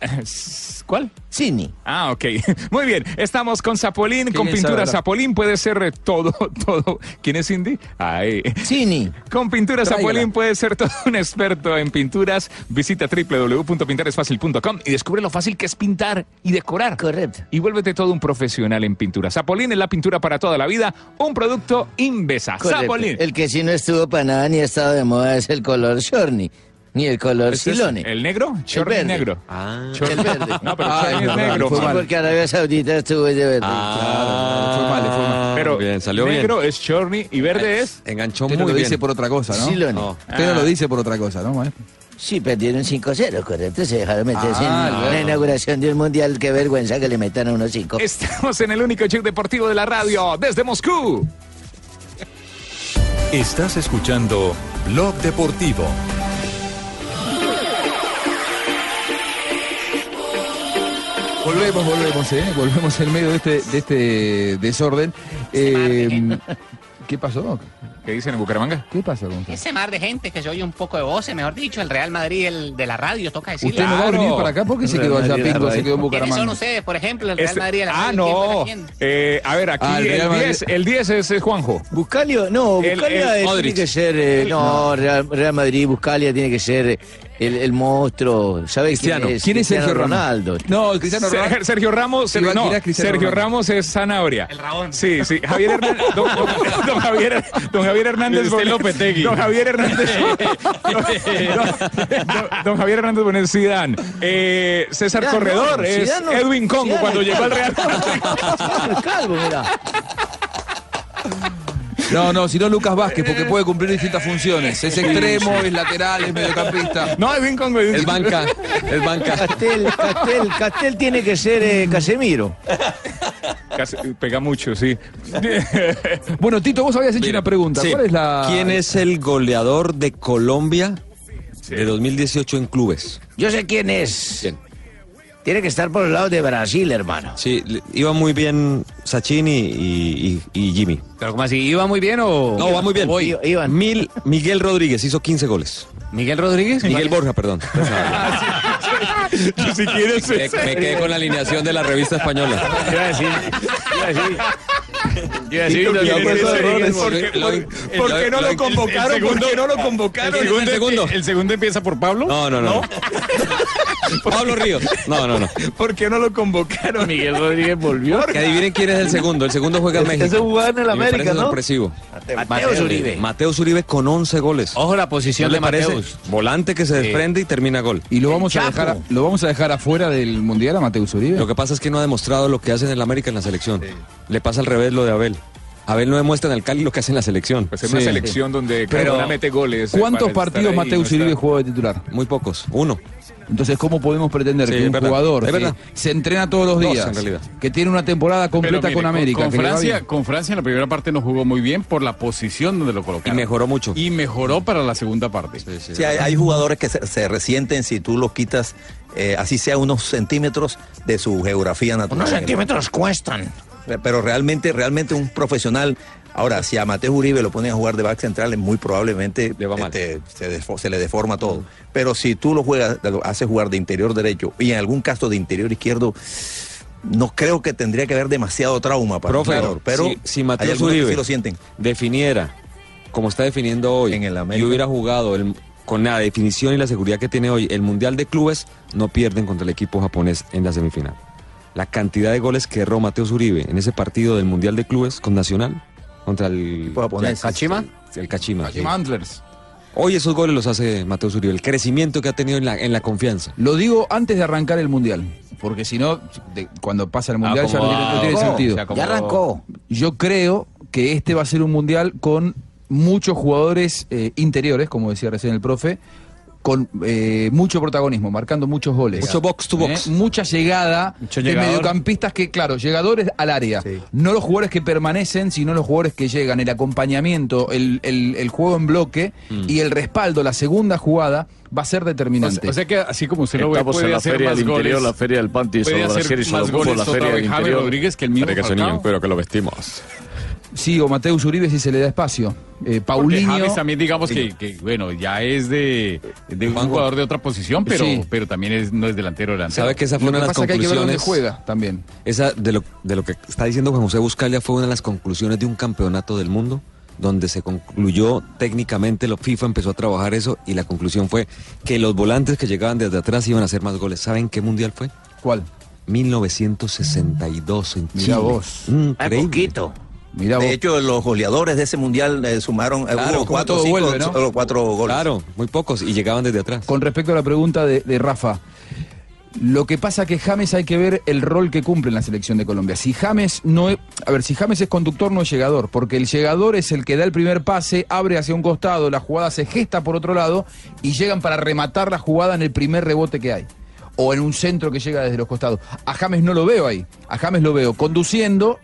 ¿cuál?
Cini.
Ah, ok. Muy bien. Estamos con Zapolín, con
es esa
pintura
verdad?
Zapolín. Puede ser eh, todo, todo. ¿Quién es Cindy? Ay.
Cini.
Con pintura
Tráigala.
Zapolín puede ser todo un experto en pinturas. Visita www.pintaresfacil.com y descubre lo fácil que es pintar y decorar.
Correcto.
Y vuélvete todo un profesional en pintura. Zapolín es la pintura para toda la vida. Un producto Invesa.
Correcto.
Zapolín.
El que sí no estuvo para nada ni ha estado de moda es el color Shorny, ni el color
Este es
Silone.
¿El negro? Chorri
verde. Ah.
negro. Chorri-
El verde. Ah,
No, pero Chorri Ah, es negro.
Sí, porque Arabia Saudita estuvo de verde.
fue mal, fue mal.
Ah, Pero
Ah, bien, salió bien.
negro es Chorny y verde es.
Enganchó
Usted no
muy
lo
bien. Ah.
dice por otra cosa, ¿no?
Silone.
Usted no lo dice por otra cosa, ¿no, maestro?
Sí, perdieron 5-0, correcto. Se dejaron meterse
Ah,
en
claro.
la inauguración de un mundial. Qué vergüenza que le metan a unos 5.
Estamos en el único show deportivo de la radio desde Moscú.
Estás escuchando Blog Deportivo.
Volvemos, volvemos, ¿eh? Volvemos en medio de este, de este desorden. Eh, ¿Qué pasó?
¿Qué dicen en Bucaramanga?
¿Qué pasó, Gonzalo?
Ese mar de gente que se oye un poco de voces, mejor dicho, el Real Madrid el de la radio, toca decir.
¿Usted no va a venir para acá? ¿Por qué se quedó allá, Pingo? Se quedó en
¿Quiénes son
Bucaramanga.
ustedes, por ejemplo, el Real
Este-
Madrid de la
ah,
radio? ¿Quién fue
no.
la gente?
Eh, a ver, aquí
Ah, el Real
el
Madrid.
10, el 10 es, es Juanjo.
Buscalia, no,
El-
Buscalia
el
es-
Modric.
tiene que ser. eh, no, Real, Real Madrid, Buscalia tiene que ser eh, el, el monstruo. ¿Sabes
Cristiano.
quién es?
¿Quién es
Cristiano
Sergio Ramos?
Ronaldo.
No, Cristiano
Ser-
Ronaldo.
Sergio Ramos, Ser-
Iba a
no,
tirar a Cristiano
Sergio
Ronaldo.
Ramos es Zanabria. El Rabón. Sí, sí. Javier Hernández, don, don- don Javier, don Javier Hernández
Este
Bonet.
Lopetegui.
Don Javier Hernández. don, don- don Javier Hernández Bonet Zidane. Eh, César
Zidane,
Corredor
no,
es
Zidane no.
Edwin Congo
Zidane,
cuando
el
llegó al
calvo.
Real Madrid.
El calvo, mira.
No, no, sino Lucas Vázquez, porque puede cumplir distintas funciones. Es extremo, es lateral, es mediocampista.
No, es bien con Es
banca, es banca.
Castel, Castel, Castel tiene que ser eh, Casemiro.
Casi- eh, Pega mucho, sí.
Bueno, Tito, vos habías hecho una pregunta.
Sí.
¿Cuál es la...?
¿Quién es el goleador de Colombia de 2018 en clubes?
Yo sé quién es. Tiene que estar por el lado de Brasil, hermano.
Sí, le- iba muy bien Sachini y, y- y Jimmy.
Pero como así, ¿iba muy bien o...?
No, va muy bien.
Voy.
Mil, Miguel Rodríguez hizo 15 goles.
¿Miguel Rodríguez?
Miguel Borja, perdón.
si quieres.
Me, me quedé con la alineación de la revista española.
Iba a decir, iba a decir. Iba a decir,
Tito,
no,
¿quién
no,
es
no,
ese?
no, no,
¿Por qué-
no,
por-
no,
por qué no lo
el- el
convocaron? ¿Por
segundo-
qué no lo convocaron?
El segundo,
El segundo.
el segundo empieza por Pablo.
No, no, no. Pablo Ríos. No, no, no.
¿Por qué no lo convocaron?
Miguel Rodríguez volvió.
Que adivinen quién es el segundo. El segundo juega en
Ese-
México.
ese jugaba en el
Y me
América,
parece
¿no?
sorpresivo.
Mateus Uribe.
Mateus Uribe con 11 goles.
Ojo la posición
¿No
de
le parece?
Mateus.
Volante que se desprende y termina gol.
¿Y lo vamos, a dejar, lo vamos a dejar afuera del Mundial a Mateus Uribe?
Lo que pasa es que no ha demostrado lo que hace en el América en la selección. Le pasa al revés lo de Abel. Abel no demuestra en el Cali lo que hace en la selección.
Pues es una
Sí.
selección donde cada
Pero-
una mete goles. eh,
¿Cuántos
para estar
partidos
ahí,
Mateus
no está-
Uribe jugó de titular?
Muy pocos, uno.
Entonces, ¿cómo podemos pretender
Sí,
que
es
un
verdad,
jugador
es
que
verdad.
se entrena todos los
Dos,
días,
en realidad.
que tiene una temporada
Pero
completa
mire,
con América,
Con,
que le va
Francia,
bien?
con Francia en la primera parte no jugó muy bien por la posición donde lo colocaron. Y
mejoró mucho.
Y mejoró para la segunda parte.
Sí, hay, hay jugadores que se, se resienten si tú los quitas eh, así sea unos centímetros de su geografía natural.
Unos centímetros cuestan.
Re- Pero realmente, realmente un profesional. Ahora, si a Mateo Uribe lo ponen a jugar de back central, muy probablemente este, se, defo- se le deforma todo. Pero si tú lo juegas, lo haces jugar de interior derecho y en algún caso de interior izquierdo, no creo que tendría que haber demasiado trauma para el
Profe,
jugador. Pero
si, si
hay
Matías
algunos que
Uribe
sí lo sienten.
definiera como está definiendo hoy en y hubiera jugado el- con la definición y la seguridad que tiene hoy, el Mundial de Clubes no pierden contra el equipo japonés en la semifinal. La cantidad de goles que erró Mateus Uribe en ese partido del Mundial de Clubes con Nacional contra el
japonés.
Kachima. El Kachima. sí.
Mandlers.
Hoy esos goles los hace Mateus Uribe. El crecimiento que ha tenido en la, en la confianza.
Lo digo antes de arrancar el mundial, porque si no, de- cuando pasa el mundial ya no tiene, no tiene
Acomodado.
sentido.
Se acomodó. Ya arrancó.
Yo creo que este va a ser un mundial con muchos jugadores eh, interiores, como decía recién el profe, con eh, mucho protagonismo, marcando muchos goles. Eh,
Mucho box
¿Eh?
to box.
Mucha llegada
Mucho
de
llegador.
mediocampistas que, claro, llegadores al área. No los jugadores que permanecen, sino los jugadores que llegan. El acompañamiento, el, el- el juego en bloque y el respaldo, la segunda jugada, va a ser
O
determinante.
sea, Mm. o sea que así como usted lo ve,
Estamos
puede
en la
hacer
feria
más
del
goles.
interior, la feria del Panty,
puede
Salvador
hacer
Asier y
más
Solomufo,
goles
la
Sotava
feria
y
del
James
interior.
Rodríguez que el mismo
Para que se
Falcao.
niñen,
pero que lo vestimos.
Sí, o Mateus Uribe si se le da espacio.
Porque
Eh, Paulinho.
James también digamos que, que, bueno, ya es de, de un jugador de otra posición, pero,
Sí.
pero también es, no es delantero delantero.
¿Sabe que esa fue una de las conclusiones?
también.
Esa de lo, de lo que está diciendo Juan José Buscalia fue una de las conclusiones de un campeonato del mundo donde se concluyó técnicamente, la FIFA empezó a trabajar eso y la conclusión fue que los volantes que llegaban desde atrás iban a hacer más goles. ¿Saben qué mundial fue?
¿Cuál?
1962 en Chile.
Mira vos.
Mm, Increíble.
de hecho, los goleadores de ese mundial eh, sumaron eh,
Claro,
hubo
como
cuatro,
todo
cinco,
vuelve, ¿no?
solo cuatro goles.
Claro, muy pocos y llegaban desde atrás.
Con respecto a la pregunta de, de Rafa, lo que pasa que James hay que ver el rol que cumple en la selección de Colombia. Si James no es, a ver, si James es conductor no es llegador, porque el llegador es el que da el primer pase, abre hacia un costado, la jugada se gesta por otro lado y llegan para rematar la jugada en el primer rebote que hay. O en un centro que llega desde los costados. A James no lo veo ahí. A James lo veo conduciendo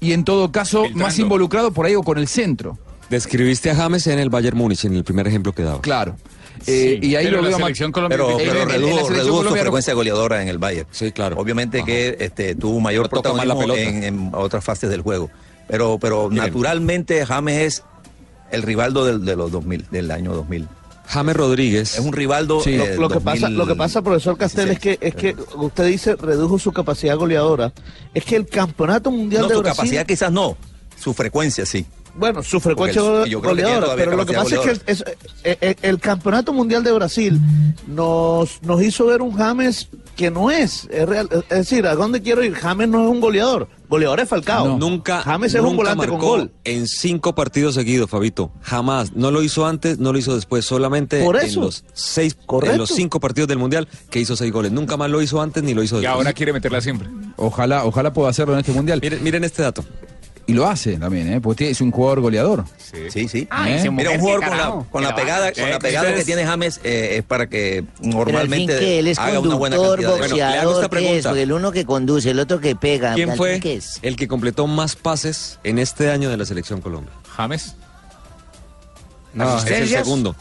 y en todo caso más involucrado por ahí o con el centro.
Describiste a James en el Bayern Múnich, en el primer ejemplo que daba.
Claro. Eh, y ahí lo veo más-
pero,
En-
pero
en- en la
redujo,
selección
redujo su
colombiana-
frecuencia goleadora en el Bayern.
Sí, claro.
Obviamente que este, tuvo mayor
toca más la
protagonismo
pelota.
en, en otras fases del juego. Pero, pero naturalmente James es el rivaldo del, de los 2000, del año 2000.
James Rodríguez.
Es un rivaldo.
Sí, lo, lo que pasa, lo que pasa, profesor Castel, es que es que usted dice redujo su capacidad goleadora. Es que el campeonato mundial
No,
de
su
Brasil,
capacidad quizás no, su frecuencia sí.
bueno, su frecuencia
Porque yo creo que tiene
goleadora,
todavía
pero lo que pasa
capacidad
es que el, es- eh, eh, el campeonato mundial de Brasil nos nos hizo ver un James que no es, es real, es decir, ¿a dónde quiero ir? James no es un goleador, goleador es Falcao.
Nunca,
James es
nunca
un volante con
marcó
gol.
En cinco partidos seguidos, Fabito. Jamás. No lo hizo antes, no lo hizo después. Solamente
Por
en
eso.
los seis,
Correcto.
en los cinco partidos del mundial que hizo seis goles. Nunca más lo hizo antes ni lo hizo
Y
después.
ahora quiere meterla siempre.
Ojalá, ojalá pueda hacerlo en este mundial.
Miren, este dato.
Y lo hace también, ¿eh? Porque es un jugador goleador.
Sí, sí.
Ah, ese
Mira,
mujer,
un jugador
qué
con la,
carajo.
con
Que
la
la
pegada,
baja.
con la
Eh,
este
pegada que
ustedes-
tiene James eh, es para que
Pero al fin
normalmente
que él es
haga una buena cantidad
conductor,
de goles.
boxeador,
esta
¿qué es?
pregunta.
Porque el uno que conduce, el otro que pega.
¿Quién
¿al
fue
fin qué es?
el que completó más pases en este año de la selección Colombia?
James.
No, es el
¿Asistencias?
segundo.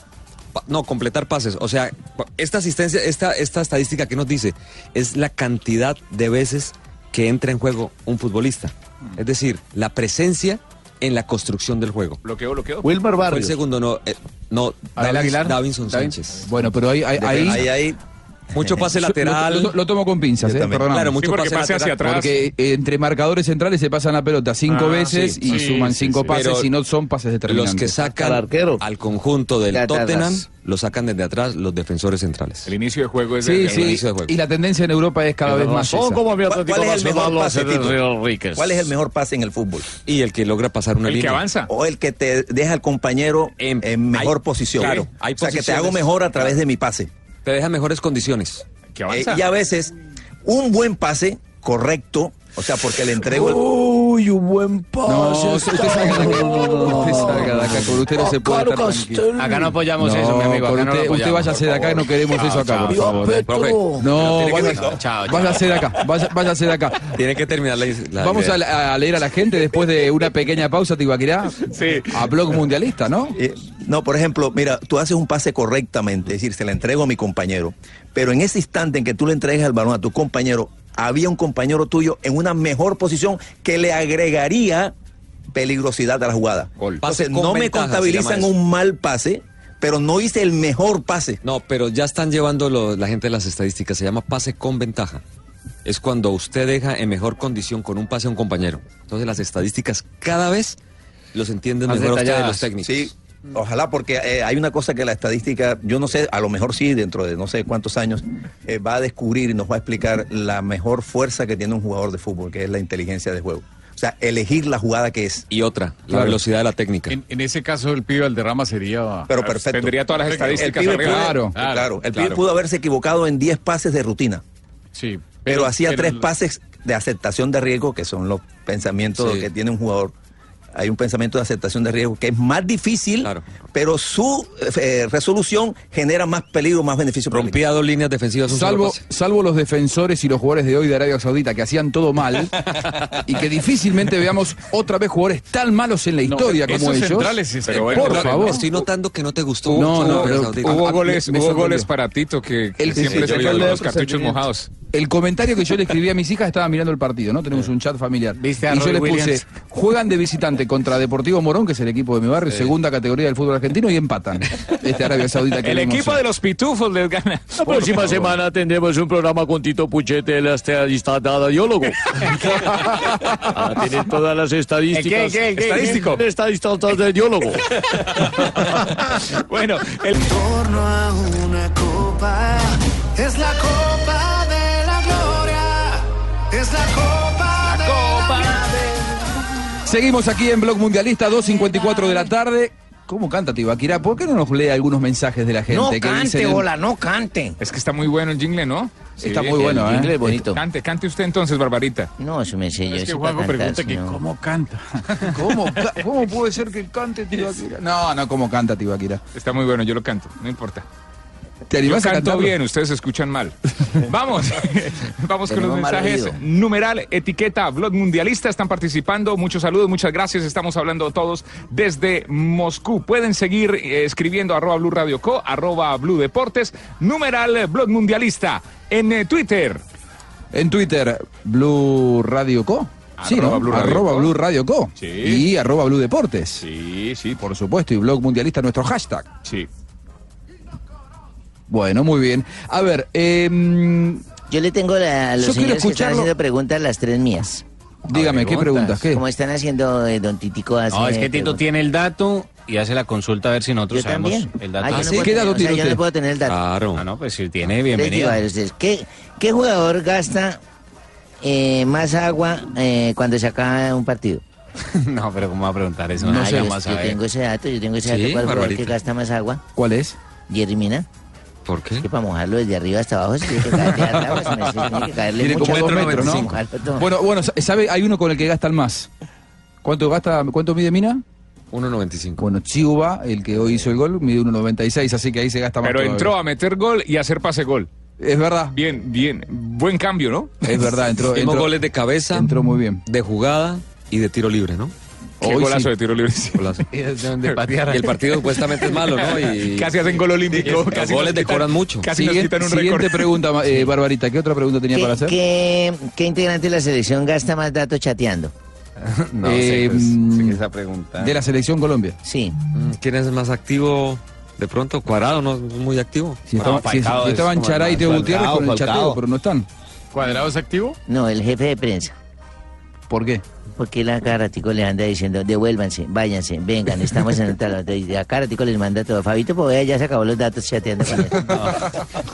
Pa- No, completar pases. O sea, pa- esta asistencia, esta, esta estadística que nos dice es la cantidad de veces que entra en juego un futbolista.
Mm.
Es decir, la presencia en la construcción del juego.
Bloqueo, bloqueo.
Wilmar
Fue el segundo, no. eh, no,
¿Abel
Davis-
Aguilar?
Davinson
Davin-
Sánchez.
Bueno, pero ahí- ahí- ahí- Ahí- ahí-
Mucho pase
Yo-
lateral.
Lo, lo- lo tomo con pinzas,
Yo
¿eh?
también.
Perdóname.
Claro, mucho Sí, porque pase pase lateral. hacia atrás.
Porque eh, entre marcadores centrales se pasan la pelota cinco
Ah,
veces
sí,
y
sí,
suman
sí,
cinco
sí.
pases
Pero
y no son pases
Los
determinantes.
que sacan al, conjunto del
Ya te
Tottenham
atrás.
lo sacan desde atrás los defensores centrales. El
inicio de juego
es
Sí, sí. Y la tendencia en Europa es cada vez más esa.
¿Cuál, cuál es el mejor pase, Tito? ¿Cuál es el mejor pase en el fútbol?
Y el que logra pasar una línea.
O el que te deja al compañero en, mejor
hay-
posición.
claro, hay
o sea, que te
posiciones-
hago mejor a través de mi pase.
Te deja mejores condiciones.
Que
avanza.
y a veces, un buen pase correcto, o sea, porque le entrego el...
Uh,
Uy, un buen
No, usted salga de acá. Usted salga de acá. Con usted no se puede estar tranquilo.
Acá no apoyamos
No,
eso, mi amigo.
con
acá no lo
usted, usted
apoyamos,
váyase de
por
acá,
favor.
no queremos
Chao,
eso acá,
chao.
por favor. eh.
Profe,
No,
tiene que
vaya-
ser- Chao, chao.
váyase de acá, vaya- váyase de acá.
Tiene que terminar la, la
Vamos
idea.
a, la- a leer a la gente después de una pequeña pausa, Tibaquirá. A blog mundialista, ¿no?
Eh, No, por ejemplo, mira, tú haces un pase correctamente, es decir, se la entrego a mi compañero, pero en ese instante en que tú le entregas el balón a tu compañero, había un compañero tuyo en una mejor posición que le agregaría peligrosidad a la jugada.
Pase
Entonces,
con
no me
ventaja, se
contabilizan
llama eso.
un mal pase, pero no hice el mejor pase.
No, pero ya están llevando lo- la gente las estadísticas. Se llama pase con ventaja. Es cuando usted deja en mejor condición con un pase a un compañero. Entonces las estadísticas cada vez los entienden
Más
mejor ustedes
detalladas.
los técnicos.
Sí, ojalá, porque eh, hay una cosa que la estadística, yo no sé, a lo mejor sí, dentro de no sé cuántos años, eh, va a descubrir y nos va a explicar la mejor fuerza que tiene un jugador de fútbol, que es la inteligencia de juego. O sea, elegir la jugada que es.
Y otra, la velocidad de la técnica.
En, en ese caso, el pibe Alderrama sería.
Pero perfecto.
Tendría todas las
Perfecto.
estadísticas.
El pibe
arriba.
pudo- claro, El pibe pudo haberse equivocado en 10 pases de rutina.
Sí.
Pero, hacía
pero-
tres pases de aceptación de riesgo, que son los pensamientos
Sí.
que tiene un jugador. Hay un pensamiento de aceptación de riesgo que es más difícil, pero su eh, resolución genera más peligro, más beneficio. Rompía
dos líneas defensivas.
un
Salvo,
solo pase.
salvo los defensores y los jugadores de hoy de Arabia Saudita que hacían todo mal y que difícilmente veamos otra vez jugadores tan malos en la historia como ellos. por favor.
Estoy notando que no te gustó.
No, no, pero
hubo
ah,
goles,
me- me
hubo goles
sorprendió.
para Tito que, que
El-
siempre
sí,
se
sí,
dio
sí.
los cartuchos mojados.
El comentario que yo le escribí a mis hijas estaba mirando el partido, ¿no? Tenemos un chat familiar.
a
y yo
Roy
les
Williams?
puse, juegan de visitante contra Deportivo Morón, que es el equipo de mi barrio, segunda categoría del fútbol argentino, y empatan. Este Arabia Saudita que
El
vemos
equipo
hoy.
de los pitufos les gana.
La próxima semana tendremos un programa con Tito Puchete, el estadista radiólogo. Para tener todas las estadísticas.
¿El qué, el qué, el qué? Estadístico.
El estadista radiólogo.
bueno, el
torno a una copa es la copa de la gloria, es la copa, de la
Seguimos aquí en Blog Mundialista, 2.54 de la tarde. ¿Cómo canta Tibaquirá? ¿Por qué no nos lee algunos mensajes de la gente?
No
que
cante,
dicen en-
bola, no cante.
Es que está muy bueno el jingle, ¿no?
Está muy bueno, ¿eh?
es bonito. Cante, cante usted entonces, Barbarita.
No, eso me sé
Es
yo,
que
sí
Juanjo
para cantar,
pregunta
si
que
no.
cómo canta.
¿Cómo, ca- cómo puede ser que cante Tibaquirá? No, no, ¿cómo canta Tibaquirá?
Está muy bueno, yo lo canto, no importa.
¿Te
yo
animás a
canto
cantarlo?
bien, ustedes escuchan mal. Vamos, vamos con los
Tenemos mal
mensajes.
oído.
Numeral, etiqueta, blog mundialista, están participando. Muchos saludos, muchas gracias. Estamos hablando todos desde Moscú. Pueden seguir eh, escribiendo arroba Blue Radio Co, arroba Blue Deportes. Numeral, eh, blog mundialista, en eh, Twitter.
En Twitter, Blue Radio Co. Sí,
Arroba
¿no?
Blue Radio
arroba
Co.
Blue Radio Co.
Sí.
Y arroba Blue Deportes.
Sí, sí,
Por supuesto, y Blog Mundialista, nuestro hashtag.
Sí.
Bueno, muy bien. A ver, em,
Yo le tengo la- a los
Yo quiero
señores que están
escucharlo.
haciendo preguntas las tres mías.
Dígame, ¿qué preguntas? ¿Qué?
Como están haciendo eh, don Titico hace
No, es que Tito
preguntas.
tiene el dato y hace la consulta a ver si nosotros
Yo
sabemos
también.
el dato.
Ah, yo no puedo tener- o sea, yo no puedo tener el dato.
Claro. Ah, no, pues si tiene,
Les digo
bienvenido.
a ustedes, ¿qué, qué jugador gasta eh, más agua eh, cuando se acaba un partido?
no, pero ¿cómo va a preguntar eso?
No,
Nadie
yo,
va a
yo
saber.
tengo ese dato, yo tengo ese dato.
Sí,
¿Cuál jugador
Barbarita.
que gasta más agua?
¿Cuál es?
Jerry Mina.
¿Por qué?
Que para mojarlo desde arriba hasta abajo se tiene que caerle al agua, se me- se tiene que caerle
Tiene
mucho
como dos
agua
metros,
para
¿no?
mojarlo todo.
Bueno, bueno, sa- ¿sabe? Hay uno con el que gastan más. ¿Cuánto gasta? ¿Cuánto mide Mina?
1.95.
Bueno, Chiuba, el que hoy hizo el gol, mide 1.96, así que ahí se gasta más.
Pero
todavía.
entró a meter gol y a hacer pase gol.
Es verdad.
Bien, bien. Buen cambio, ¿no?
Es verdad, entró-
Hicimos
entró-
goles de cabeza.
Entró muy bien.
De jugada y de tiro libre, ¿no?
Qué golazo de tiro libre. sí.
de patear. Y el partido supuestamente es malo, ¿no? Y-
Casi hacen gol olímpico.
Los
casi nos quitan-
goles decoran mucho.
Casi nos
Siguiente-
quitan un
siguiente
récord.
pregunta, ma- eh, Barbarita, ¿qué otra pregunta tenía
¿Qué-
para hacer?
qué- ¿Qué integrante de la selección gasta más datos chateando?
No, sé, Eh, pues, sé que
esa pregunta.
De la selección Colombia.
Sí.
Mm, ¿Quién es más activo? De pronto, Cuadrado no es muy activo.
Si, estaba- si- si estaban Chará y Teo Gutiérrez con el chateo, pero no están.
¿Cuadrado es activo? No, el jefe de prensa.
¿Por qué?
Porque la Caratico le anda diciendo, devuélvanse, váyanse, vengan, estamos en el talón. Y a Caratico les manda todo. Fabito Povea ya se acabó los datos chateando con él.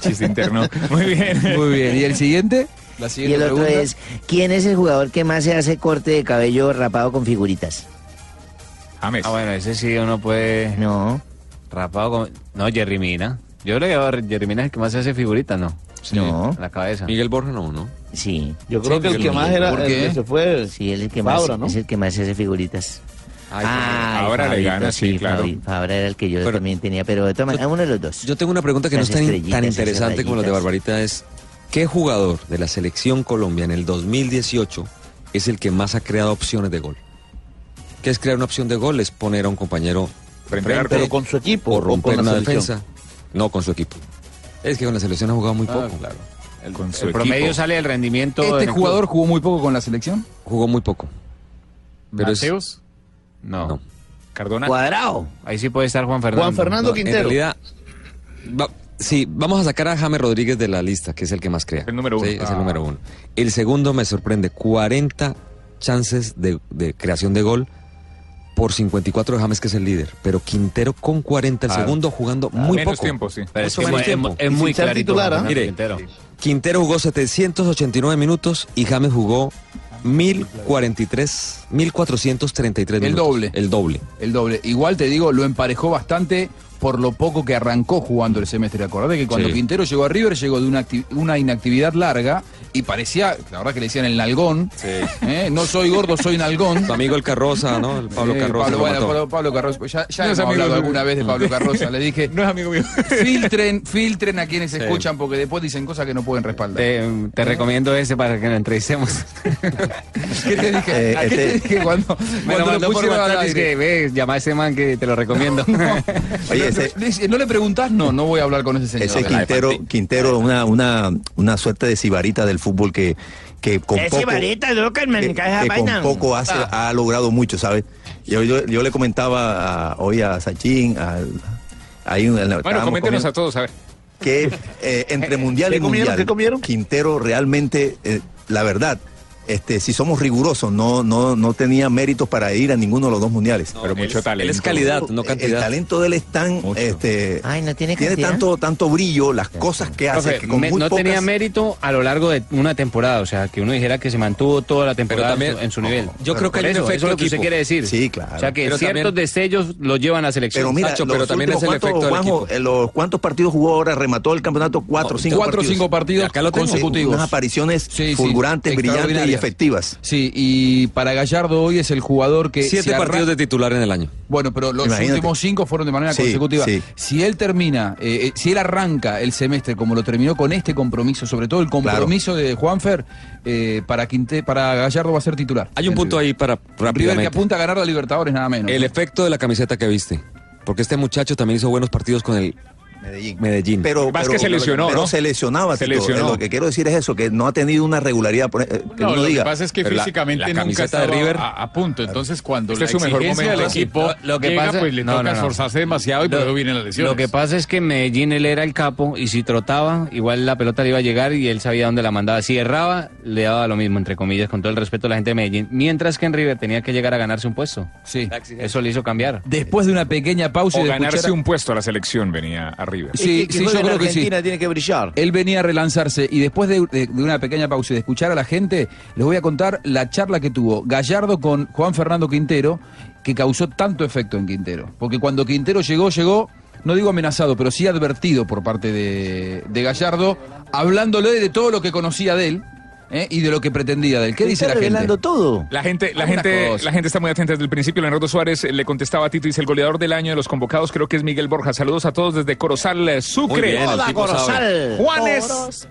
Chiste interno. Muy bien.
Muy bien. ¿Y el siguiente? La
Y el otro es, ¿quién es el jugador que más se hace corte de cabello rapado con figuritas?
Ah, bueno, ese sí uno puede.
No.
Rapado con. No, Jerry Mina. Yo creo que ahora Jerry Mina es el que más hace figuritas, ¿no? No. En la cabeza.
Miguel Borja no, ¿no?
Sí.
Yo creo que el que más era- ¿Por el qué? que se
fue. Sí, él es el que más,
Fabra, ¿no?
es el que más se hace figuritas. Ah,
ahora le
Fabrito,
gana, sí, claro.
Fabri- Fabra era el que yo también tenía, pero de todas maneras, uno de los dos.
Yo tengo una pregunta que no es tan, in- tan interesante como la de Barbarita es, ¿qué jugador de la selección Colombia en el 2018 es el que más ha creado opciones de gol? ¿Qué es crear una opción de gol? Es poner a un compañero Frente
Frente, pero con su equipo o con la selección.
defensa. No, con su equipo. Es que con la selección ha jugado
Ah,
muy poco.
El,
su equipo.
sale del rendimiento.
¿Este
del club.
jugador jugó muy poco con la selección?
Jugó muy poco. Pero es-
¿Mateos?
No.
Cardona.
Cuadrado. Ahí sí puede estar Juan Fernando.
No, En realidad, va- sí, vamos a sacar a James Rodríguez de la lista, que es el que más crea.
El número uno.
Sí, es
Ah.
el número uno. El segundo me sorprende, 40 chances de, de creación de gol por 54 de James, que es el líder. Pero Quintero con 40, el
Claro.
segundo jugando
ah,
muy
Menos
poco.
tiempo, sí.
Pero es que es- es- es muy clarito, Juan Fernando Quintero.
Sí.
Quintero jugó 789 minutos y James jugó 1043, 1433
El
minutos.
doble.
El doble.
El doble. Igual te digo, lo emparejó bastante por lo poco que arrancó jugando el semestre. Acordate que cuando
Sí.
Quintero llegó a River llegó de una, acti- una inactividad larga y parecía, la verdad que le decían el nalgón. ¿eh? No soy gordo, soy nalgón.
Tu amigo el Carroza, ¿no? El Pablo
Eh,
Carroza.
Pablo,
lo
bueno,
mató.
Pablo- Pablo Carroza, pues ya, ya
No es
hemos
amigo
hablado
suyo.
alguna vez de Pablo Carroza, le dije. No es amigo mío. Filtren, filtren a quienes
Sí. Eh,
escuchan porque después dicen cosas que no pueden respaldar.
Te, te recomiendo ese para que lo entrevistemos.
¿Qué te dije? ¿Qué te dije cuando,
Me
cuando lo
lo mandó por
pusieron al
WhatsApp, es
aire?
que ve, llama a ese man que te lo recomiendo.
Oye, no, le- no le preguntás, no, no voy a hablar con ese señor.
Ese Quintero, Quintero una, una, una suerte de sibarita del fútbol que, que con
Ese
poco...
varita, loca, me
que,
encanta esa
que
vaina. Ah,
con poco hace, ha logrado mucho, ¿sabes? Yo, yo, yo le comentaba a- hoy a Sachín, al- ahí en la-
Bueno,
estábamos
coméntenos
comiendo,
a todos, a ver.
que eh, entre mundial
¿Qué
y
comieron?
mundial,
¿Qué
Quintero realmente, eh, la verdad, este, si somos rigurosos, no, no, no tenía méritos para ir a ninguno de los dos mundiales.
Pero mucho talento.
Él es calidad, no
El
cantidad.
talento de él es tan, este, tiene
cantidad.
tanto, tanto brillo, las cosas que hace,
Profe,
que con
me-
muy
no
pocas-
tenía mérito a lo largo de una temporada, o sea, que uno dijera que se mantuvo toda la temporada
también-
en su- en su nivel.
yo creo que
Por
hay un
eso,
efecto
eso es lo que usted
equipo.
quiere decir.
Sí, claro.
O sea, que
Pero
ciertos
también-
destellos los llevan a selección.
Pero mira,
Nacho,
los últimos cuántos, Juanjo, eh, los- ¿cuántos partidos jugó ahora? Remató el campeonato cuatro,
No,
cinco
cuatro,
partidos.
cinco partidos
Acá lo tengo.
consecutivos.
Unas apariciones
Sí, sí,
fulgurantes, brillantes y
extraordinarias.
efectivas.
Sí, y para Gallardo hoy es el jugador que...
Siete
se arran-
partidos de titular en el año.
Bueno, pero los
Imagínate.
últimos cinco fueron de manera
Sí,
consecutiva.
sí.
Si él termina, eh, eh, si él arranca el semestre como lo terminó con este compromiso, sobre todo el compromiso de Juanfer, eh, para, Quinte- para Gallardo va a ser titular.
Hay un punto ahí para
River que
rápidamente.
apunta a ganar la Libertadores nada menos.
El efecto de la camiseta que viste. Porque este muchacho también hizo buenos partidos con el
Medellín.
Medellín.
Pero,
Más
pero-
que se lesionó,
pero
¿no?
se lesionaba.
Se
Tito. Eh,
lesionó.
Lo que quiero decir es eso, que no ha tenido una regularidad. por- eh, que
No,
uno
lo
diga.
que pasa es que
Pero la-
físicamente
la
nunca
camiseta
estaba
de River-
a, a punto. Entonces, cuando
Este
la
es su mejor
exigencia del
momento.
equipo
Lo- lo que
llega,
pasa-
pues le
no,
toca
no, no.
esforzarse demasiado y por eso vienen las lesiones.
Lo que pasa es que en Medellín él era el capo y si trotaba, igual la pelota le iba a llegar y él sabía dónde la mandaba. Si erraba, le daba lo mismo, entre comillas, con todo el respeto a la gente de Medellín. Mientras que en River tenía que llegar a ganarse un puesto.
Sí.
Eso le hizo cambiar.
Después de una pequeña pausa
O
y de
ganarse
escuchar-
un puesto a la selección venía arriba.
Sí, sí, yo creo que sí.
tiene que brillar.
Él venía a relanzarse y después de, de- de una pequeña pausa y de escuchar a la gente, les voy a contar la charla que tuvo Gallardo con Juan Fernando Quintero, que causó tanto efecto en Quintero. Porque cuando Quintero llegó, llegó, no digo amenazado, pero sí advertido por parte de, de Gallardo, hablándole de todo lo que conocía de él ¿eh? y de lo que pretendía de él. ¿Qué
Está
dice la gente?
revelando
todo.
La gente, la
Alguna
gente,
cosa.
la gente está muy atenta desde el principio. Leonardo Suárez eh, le contestaba a Tito, dice el goleador del año de los convocados, creo que es Miguel Borja. Saludos a todos desde Corozal, eh, Sucre.
bien, el Hola, tipo Corozal. sabe.
Juanes.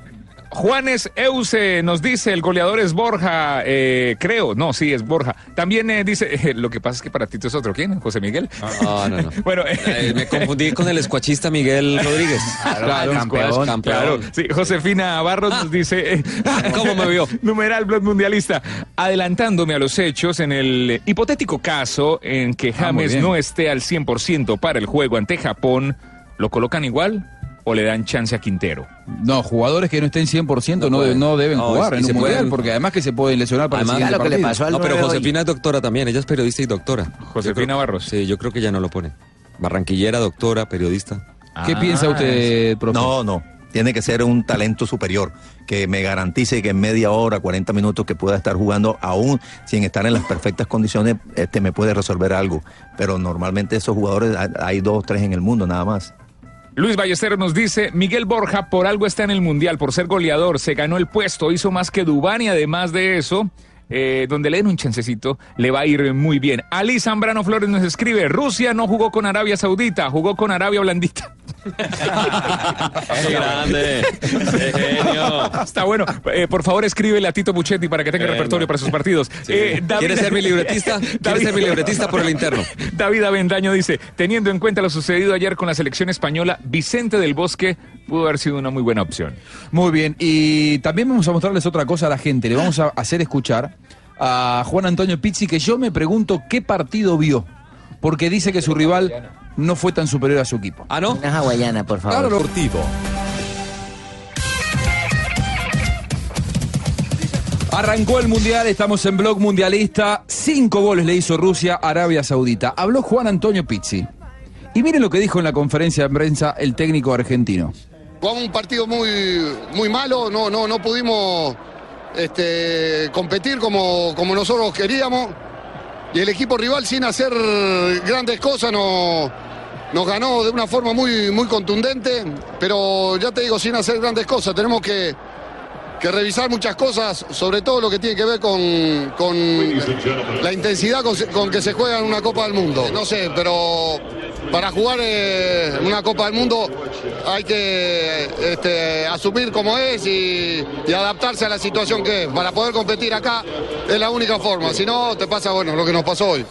Juanes Euse nos dice, el goleador es Borja, eh, creo, no, sí, es Borja. También eh, dice, eh, lo que pasa es que para Tito es otro, ¿quién? José Miguel.
Ah, No, no, no.
bueno,
Eh, me confundí con el escuachista Miguel Rodríguez. Ah,
Claro, campeón, claro. Sí, Josefina Barros nos dice. eh,
¿Cómo me vio?
Numeral Blog Mundialista. Adelantándome a los hechos, en el hipotético caso en que
Ah, muy
James
bien.
no esté al 100% para el juego ante Japón, ¿lo colocan igual o le dan chance a Quintero?
No, jugadores que no estén 100% no, de- no deben
No,
jugar
y
en
se
un mundial,
pueden-
Ah, porque además que se pueden lesionar para el
Además,
siguiente partido.
No, pero Josefina es doctora también. Ella es periodista y doctora.
Josefina
Barros. Sí, yo creo que ya no lo pone. Barranquillera, doctora, periodista.
¿Qué piensa usted, Ah, No, no. Tiene que ser un talento superior que me garantice que en media hora, 40 minutos que pueda estar jugando, aún sin estar en las perfectas condiciones, este me puede resolver algo. Pero normalmente esos jugadores hay- hay dos, tres en el mundo nada más.
Luis Ballesteros nos dice, Miguel Borja por algo está en el Mundial, por ser goleador, se ganó el puesto, hizo más que Dubán y además de eso, eh, donde le den un chancecito, le va a ir muy bien. Ali Zambrano Flores nos escribe, Rusia no jugó con Arabia Saudita, jugó con Arabia Blandita.
¡Qué grande! ¡Qué genio!
Está bueno. Eh, por favor, escríbele a Tito Buchetti para que tenga repertorio para sus partidos. Eh, David-
¿Quieres ser mi libretista? ¿Quieres
David-
ser mi libretista por el interno?
David Avendaño dice, teniendo en cuenta lo sucedido ayer con la selección española, Vicente del Bosque pudo haber sido una muy buena opción.
Muy bien, y también vamos a mostrarles otra cosa a la gente. Le vamos a hacer escuchar a Juan Antonio Pizzi, que yo me pregunto qué partido vio, porque dice que su rival no fue tan superior a su equipo.
¿Ah, no?
Una hawaiana, por favor.
Claro, Arrancó el Mundial, estamos en Blog Mundialista. Cinco goles le hizo Rusia a Arabia Saudita. Habló Juan Antonio Pizzi. Y miren lo que dijo en la conferencia de prensa el técnico argentino.
Jugamos un partido muy, muy malo, no, no, no pudimos este, competir como, como nosotros queríamos. Y el equipo rival, sin hacer grandes cosas, no- nos ganó de una forma muy, muy contundente. Pero ya te digo, sin hacer grandes cosas, tenemos que, que revisar muchas cosas, sobre todo lo que tiene que ver con, con la intensidad con, se- con que se juega en una Copa del Mundo. No sé, pero para jugar eh, una Copa del Mundo hay que este, asumir como es y, y adaptarse a la situación que es. Para poder competir acá es la única forma, si no te pasa bueno, lo que nos pasó hoy.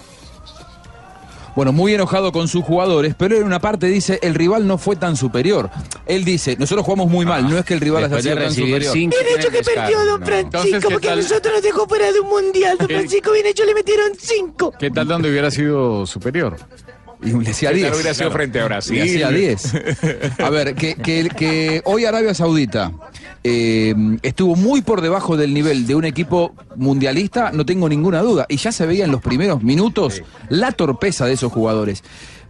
Bueno, muy enojado con sus jugadores, pero en una parte dice, el rival no fue tan superior. Él dice, nosotros jugamos muy mal, no es que el rival haya
Ah, Después de
sido tan
recibir
superior.
cinco,
Bien hecho que perdió, don Francisco,
Entonces, ¿qué
porque a
tal?
nosotros nos dejó fuera de un mundial. Don
¿Qué?
Francisco, bien hecho, le metieron cinco.
¿Qué tal donde hubiera sido superior?
Y le hacía
¿Qué tal
10.
hubiera sido frente a Brasil?
Le hacía 10. A ver, que, que- que hoy Arabia Saudita eh, estuvo muy por debajo del nivel de un equipo mundialista, no tengo ninguna duda. Y ya se veía en los primeros minutos la torpeza de esos jugadores.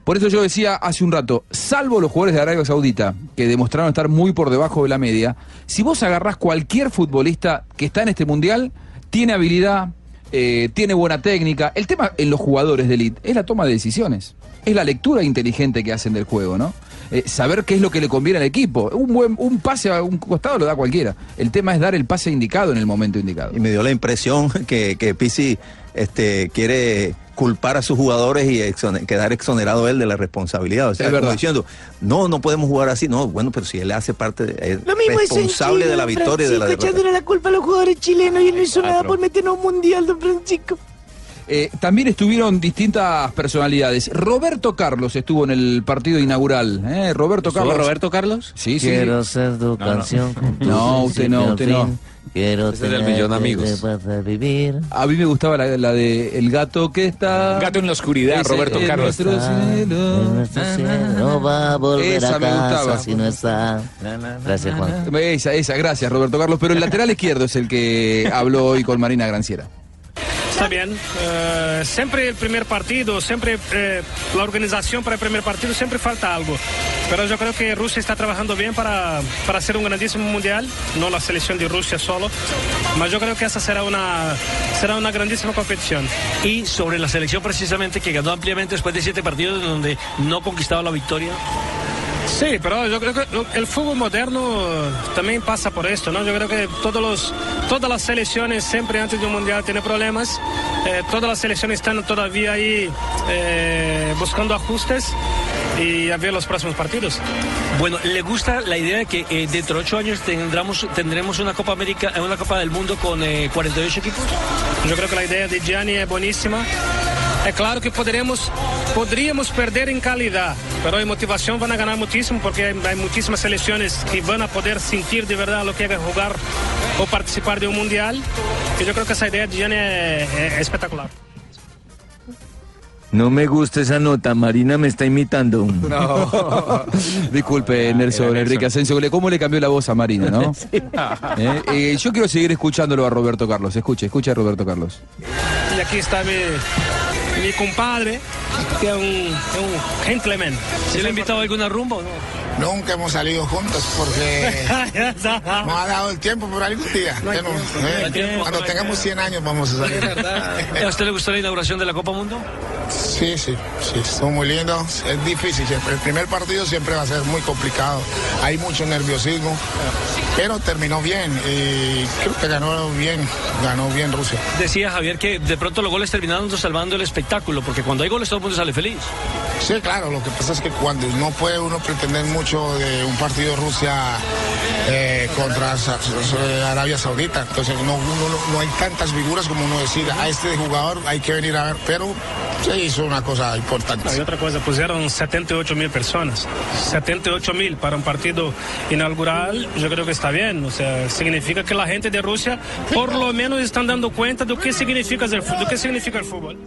Por eso yo decía hace un rato, salvo los jugadores de Arabia Saudita, que demostraron estar muy por debajo de la media, si vos agarrás cualquier futbolista que está en este mundial, tiene habilidad, eh, tiene buena técnica. El tema en los jugadores de elite es la toma de decisiones. Es la lectura inteligente que hacen del juego, ¿no? Eh, saber qué es lo que le conviene al equipo. Un buen un pase a un costado lo da cualquiera. El tema es dar el pase indicado en el momento indicado.
Y me dio la impresión que, que Pizzi este, quiere culpar a sus jugadores y exone- quedar exonerado él de la responsabilidad. O sea,
Es
como
verdad.
diciendo, no, no podemos jugar así. No, bueno, pero si él hace parte, de- es
Lo mismo hizo en
responsable
Chile,
de la
don
victoria y de la
Francisco,
derrota.
echándole la culpa a los jugadores chilenos y él no hizo nada por meternos a un mundial, don Francisco.
Eh, también estuvieron distintas personalidades. Roberto Carlos estuvo en el partido inaugural. ¿eh? Roberto
¿Estuvo
Carlos.
Roberto Carlos?
Sí, sí.
Quiero ser tu
No, no.
canción. con tu
No, usted no,
principio
usted
fin.
no.
Quiero
Ese es del
tenerte
millón de amigos.
de poder vivir.
A mí me gustaba la, la de El gato que está.
Gato en la oscuridad, Roberto
en
Carlos.
Ah,
nuestro cielo.
Nuestro cielo Ah, no va a volver
Esa
a
me
casa
gustaba.
si no está. Gracias, Juan.
Esa, esa, gracias Roberto Carlos. Pero el lateral izquierdo es el que habló hoy con Marina Granciera.
Está bien. Eh, siempre el primer partido, siempre eh, la organización para el primer partido, siempre falta algo. Pero yo creo que Rusia está trabajando bien para, para hacer un grandísimo mundial, no la selección de Rusia solo. Pero yo creo que esa será una, será una grandísima competición.
Y sobre la selección precisamente que ganó ampliamente después de siete partidos en donde no conquistaba la victoria.
Sí, pero yo creo que lo- el fútbol moderno eh, también pasa por esto, ¿no? Yo creo que todos los, todas las selecciones siempre antes de un mundial tienen problemas. Eh, todas las selecciones están todavía ahí eh, buscando ajustes y a ver los próximos partidos.
Bueno, ¿le gusta la idea de que eh, dentro de ocho años tendremos, tendremos una Copa América, eh, una Copa del Mundo con eh, 48 equipos?
Yo creo que la idea de Gianni es buenísima. É claro que poderemos, poderíamos perder em qualidade, mas em motivação vão ganhar muitíssimo, porque há muitíssimas seleções que vão poder sentir de verdade o que é jogar ou participar de um mundial. E eu creo que essa ideia de Gianni é, é- é espetacular.
No me gusta esa nota, Marina me está imitando.
No. Disculpe, Nelson Enrique Asensio. ¿Cómo le cambió la voz a Marina, no?
E
Eh, eh, yo quiero seguir escuchándolo a Roberto Carlos. Escuche, escuche a Roberto Carlos.
E aqui está meu, meu compadre, que é um, é um gentleman.
¿Se le ha invitado a alguna rumba o no?
Nunca hemos salido juntos porque no ha dado el tiempo por algún día. Ya no, eh,
no hay tiempo,
Cuando
no hay
tengamos 100 años vamos a salir.
¿A usted le gustó la inauguración de la Copa Mundo?
Sí, sí, sí, son muy lindos. Es difícil siempre. El primer partido siempre va a ser muy complicado. Hay mucho nerviosismo, pero terminó bien y creo que ganó bien, ganó bien Rusia.
Decía Javier que de pronto los goles terminaron salvando el espectáculo, porque cuando hay goles todo el mundo sale feliz.
Sí, claro, lo que pasa es que cuando no puede uno pretender mucho de un partido Rusia eh, contra Sa- Sa- eh, Arabia Saudita, entonces no, uno no- no hay tantas figuras como uno decir, a este jugador hay que venir a ver, pero se hizo una cosa importante.
Y otra cosa, pues, pusieron 78 mil personas. 78 mil para un partido inaugural, yo creo que está bien. O sea, significa que la gente de Rusia por lo menos están dando cuenta de qué significa el, fu- de qué significa el fútbol.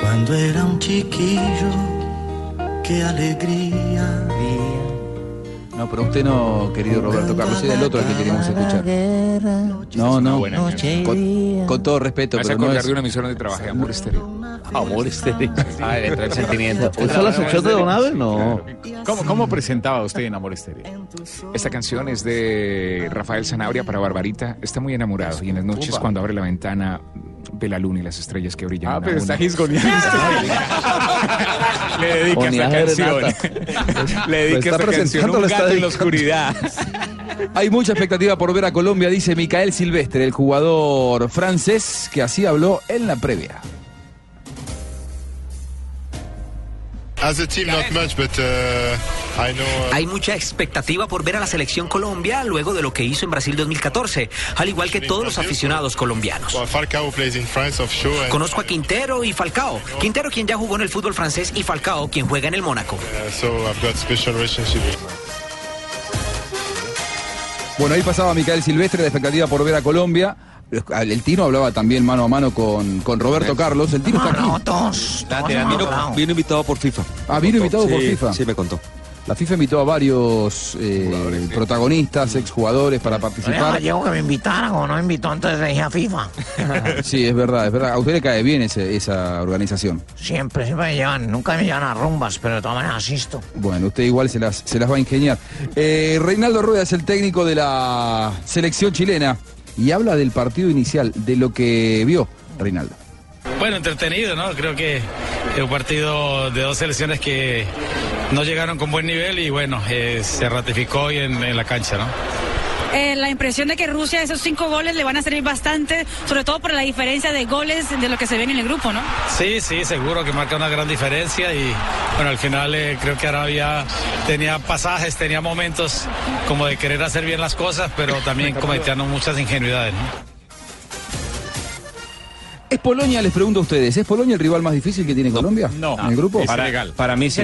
Cuando era un chiquillo, qué alegría.
No, pero usted no, querido Roberto Carlos, es el otro al que queremos escuchar. No, no, con, con todo respeto,
Me hace
pero no
acordar
es...
de una emisora donde trabajé, Amor
este
Estéreo.
Amor estéril.
Ah, le entra el sentimiento.
¿Eso la sección de Don Abel?
No.
¿Cómo, ¿Cómo presentaba usted en Amor Estéreo?
Esta canción es de Rafael Zanabria para Barbarita. Está muy enamorado y en las noches
Upa.
cuando abre la ventana ve la luna y las estrellas que brillan.
Ah,
en la
pero
luna.
está gisgoneando. Le dedica esta
Homenaje a
canción. Le dedica
Lo
Renata.
Pues está
esta canción.
presentando,
Un
lo está
gato en la
dedicando.
oscuridad.
Hay mucha expectativa por ver a Colombia, dice Micael Silvestre, el jugador francés que así habló en la previa.
As a team, not much, but uh, I know. uh,
Hay mucha expectativa por ver a la selección Colombia luego de lo que hizo en Brasil 2014, al igual que todos los aficionados colombianos. Conozco a Quintero y Falcao. Quintero quien ya jugó en el fútbol francés y Falcao quien juega en el Mónaco.
uh, so I've got special relationship with my
Bueno, ahí pasaba Micael Silvestre, la expectativa por ver a Colombia. El Tino hablaba también mano a mano con, con Roberto Carlos. El Tino está aquí.
Ah,
Lateral, vino, vino invitado por FIFA.
Ah, vino invitado por
Sí,
FIFA.
Sí, me contó.
La FIFA invitó a varios eh, protagonistas, exjugadores para participar.
Llego que me invitaran o no me invitó antes de ir a FIFA.
Sí, es verdad, es verdad. A usted le cae bien ese- esa organización.
Siempre, siempre me llevan, nunca me llevan a rumbas, pero de todas maneras asisto.
Bueno, usted igual se las, se las va a ingeniar. Eh, Reinaldo Rueda es el técnico de la selección chilena y habla del partido inicial, de lo que vio Reinaldo.
Bueno, entretenido, ¿no? Creo que es un partido de dos selecciones que no llegaron con buen nivel y bueno, eh, se ratificó hoy en, en la cancha, ¿no?
Eh, la impresión de que Rusia esos cinco goles le van a servir bastante, sobre todo por la diferencia de goles de lo que se ven en el grupo, ¿no?
Sí, sí, seguro que marca una gran diferencia y bueno, al final eh, creo que Arabia tenía pasajes, tenía momentos como de querer hacer bien las cosas, pero también cometiendo muchas ingenuidades, ¿no?
¿Es Polonia, les pregunto a ustedes, ¿es Polonia el rival más difícil que tiene Colombia?
No.
¿En el grupo?
Para, para mí sí.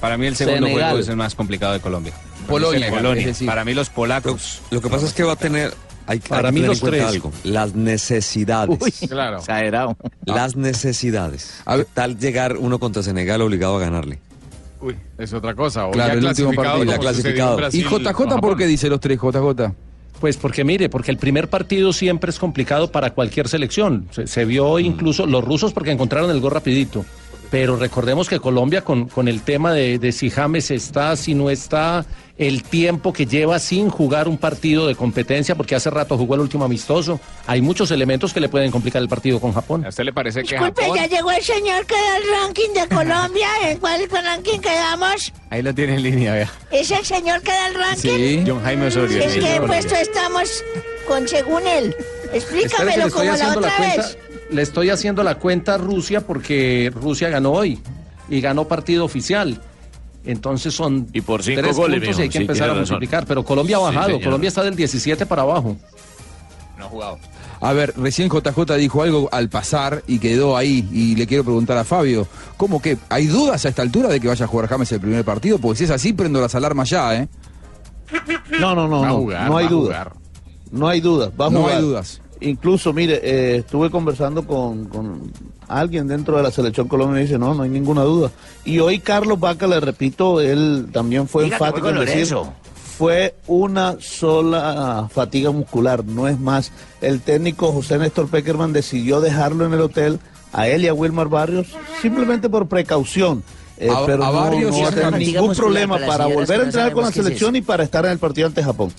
Para mí el segundo
Senegal.
juego es el más complicado de Colombia. Para mí
Polonia,
Senegal.
Polonia. es decir.
Para mí los polacos.
Lo que pasa es que va a tener. Hay, hay
Para
que
mí
tener
los
en cuenta
tres.
algo. Las necesidades.
claro.
Exagerado. Las necesidades. ¿Qué tal llegar uno contra Senegal obligado a ganarle?
Uy, es otra cosa. O
Claro,
ya
el último
clasificado. como
partido.
sucedió
Ya
en
clasificado.
Brasil.
¿Y JJ por qué dice los tres, JJ?
Pues porque mire, porque el primer partido siempre es complicado para cualquier selección. Se, se vio incluso los rusos porque encontraron el gol rapidito. Pero recordemos que Colombia con, con el tema de, de si James está, si no está, el tiempo que lleva sin jugar un partido de competencia, porque hace rato jugó el último amistoso, hay muchos elementos que le pueden complicar el partido con Japón.
¿A usted le parece que
Disculpe,
Japón?
ya llegó el señor que da el ranking de Colombia. ¿En cuál ranking quedamos?
Ahí lo tiene en línea, vea.
¿Es el señor que da el ranking?
John Jaime Osorio.
Es
el
que
mejor.
puesto estamos con según él.
Espere que le
Explícamelo
estoy
como la
haciendo
otra
cuenta,
vez.
Le estoy haciendo la cuenta a Rusia porque Rusia ganó hoy y ganó partido oficial. Entonces son y por
cinco
tres
goles,
puntos
mijo,
y hay que
sí,
empezar a
tiene razón.
multiplicar. Pero Colombia ha
Sí,
bajado,
señor.
Colombia está del 17 para abajo.
No ha jugado.
A ver, recién JJ dijo algo al pasar y quedó ahí. Y le quiero preguntar a Fabio, ¿cómo que hay dudas a esta altura de que vaya a jugar James el primer partido? Porque si es así, prendo las alarmas ya, ¿eh?
No, no, no,
Va a
no,
jugar,
no hay
va a
dudas. No hay dudas, va a
No hay
jugar.
dudas.
Incluso, mire, eh, estuve conversando con, con alguien dentro de la selección Colombia y me dice, no, no hay ninguna duda. Y hoy Carlos Vaca, le repito, él también fue
Diga que
enfático
fue
en
con
decir,
Lorenzo.
fue una sola fatiga muscular, no es más. El técnico José Néstor Peckerman decidió dejarlo en el hotel a él y a Wilmar Barrios simplemente por precaución. Eh,
A-
pero
a
no-
Barrios
no va a
es una
tener
fatiga
ningún
muscular
problema
para las
para
señoras
volver
que
a
no
entrar con la
sabemos qué es
selección y para estar en el partido ante Japón.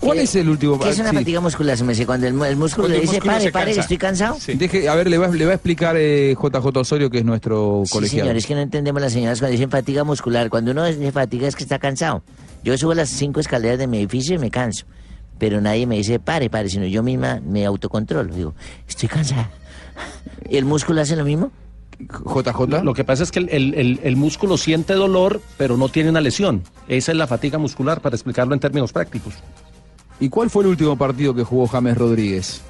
¿Cuál es el último
qué es una fatiga
muscular? Se me dice, cuando el, músculo
Cuando el le dice, músculo "Pare, se pare, cansa". estoy
cansado. Deje, a ver, le va, le va a explicar eh, JJ Osorio, que es nuestro
Sí,
colegiado.
señor, es que no entendemos las señoras cuando dicen fatiga muscular. Cuando uno dice fatiga es que está cansado. Yo subo las cinco escaleras de mi edificio y me canso. Pero nadie me dice pare, pare, sino yo misma me autocontrolo. Digo, estoy cansada. ¿Y el músculo hace lo mismo?
JJ.
Lo que pasa es que el, el- el- el músculo siente dolor, pero no tiene una lesión. Esa es la fatiga muscular, para explicarlo en términos prácticos.
¿Y cuál fue el último partido que jugó James Rodríguez?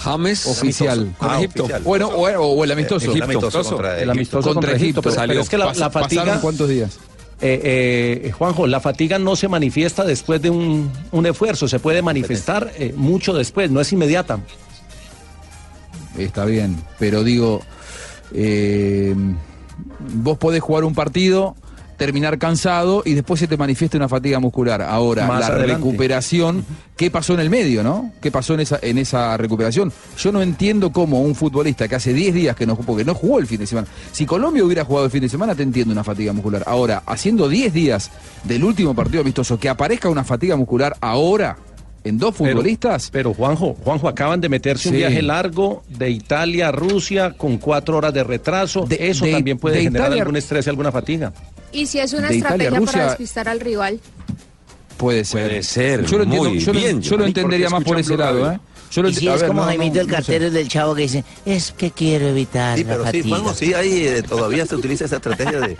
James
oficial
Ah, oficial. Eh,
Bueno, o, o- o el amistoso.
Oh, El amistoso contra
El amistoso contra Egipto.
pero-
Salió.
pero es que la-
Pas-
la fatiga-
¿Pasaron cuántos días?
Eh, eh, Juanjo, la fatiga no se manifiesta después de un, un esfuerzo, se puede manifestar eh, mucho después, no es inmediata.
Está bien, pero digo, eh, vos podés jugar un partido, terminar cansado y después se te manifiesta una fatiga muscular. Ahora,
Más
la
adelante.
recuperación, ¿qué pasó en el medio, no? ¿Qué pasó en esa, en esa recuperación? Yo no entiendo cómo un futbolista que hace 10 días que no, jugó- porque no jugó el fin de semana, si Colombia hubiera jugado el fin de semana, te entiendo una fatiga muscular. Ahora, haciendo 10 días del último partido amistoso, que aparezca una fatiga muscular ahora en dos futbolistas.
Pero, Juanjo, Juanjo, acaban de meterse un
Sí.
viaje largo de Italia a Rusia con cuatro horas de retraso. Eso
de-
también puede
de
generar
Italia-
algún estrés y alguna fatiga.
Y si es una
De Italia a
estrategia
Rusia-
para despistar al rival.
Puede ser. Puede ser. Yo lo, entiendo-
muy
yo lo-
bien,
yo lo
Giovanni,
entendería
porque
más por ese
escuchan Blue
lado, ¿eh?
Radio.
Yo lo
y
ent-
si
a
es
ver,
como
no, no,
Jaimito el
no sé.
cartero del chavo que dice, es que quiero evitar
Sí,
la
pero sí,
fatiga.
Juanjo, sí, ahí eh, todavía se utiliza esa estrategia de.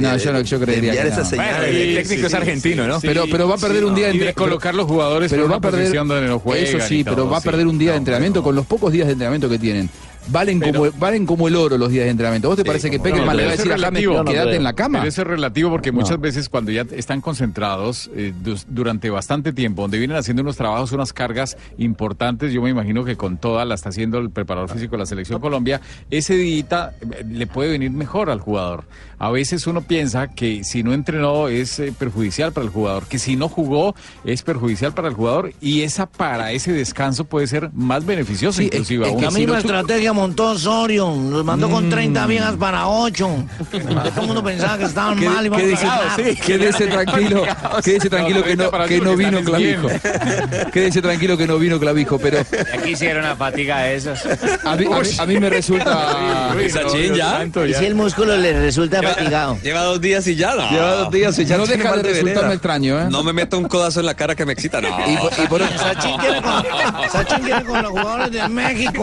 No, yo, no, yo
de
creería.
enviar
que
esa
no.
señal Bueno, y el de- técnico sí, es sí, argentino, sí, ¿no? sí,
pero, pero va a perder
sí,
un día
no. Y de
entre-
colocar los jugadores
pero
por
va a
una
perder,
posición donde no juegan
Eso sí,
y todo,
pero va a
sí.
perder un día de entrenamiento con los pocos días de entrenamiento que tienen. Valen, como, valen como el oro los días de entrenamiento. ¿Vos te parece que
No,
Peckerman le
pero
va a
eso
decir a
es
James,
relativo.
quédate en la cama?
Pero eso es relativo porque muchas veces cuando ya están concentrados eh, dus- durante bastante tiempo, donde vienen haciendo unos trabajos, unas cargas importantes, yo me imagino que con toda la está haciendo el preparador físico de la Selección Colombia, ese día eh, le puede venir mejor al jugador. A veces uno piensa que si no entrenó es eh, perjudicial para el jugador, que si no jugó es perjudicial para el jugador y esa para ese descanso puede ser más beneficioso
Sí, es-
inclusive.
es
aún.
que la misma estrategia montó Osorio. Los mandó con 30 viejas para 8. Todo el mundo pensaba que estaban
Mm. Qué-
mal y
qué
vamos
dice-
a ganar.
sí, quédese tranquilo, quédese tranquilo que no, que no vino clavijo. Quédese tranquilo que no vino clavijo, pero
Aquí hicieron la fatiga de esos.
a mí, a mí- a mí me resulta.
Y si el músculo le resulta fatigado.
Lleva dos días y ya, no.
Lleva dos días y ya
no
tiene
deja de
mal
resultarme
venera.
extraño, ¿eh?
No me meto un codazo en la cara que me excita, no.
Y por- y por-
Sachin quiere con, Sachin quiere con los jugadores de México.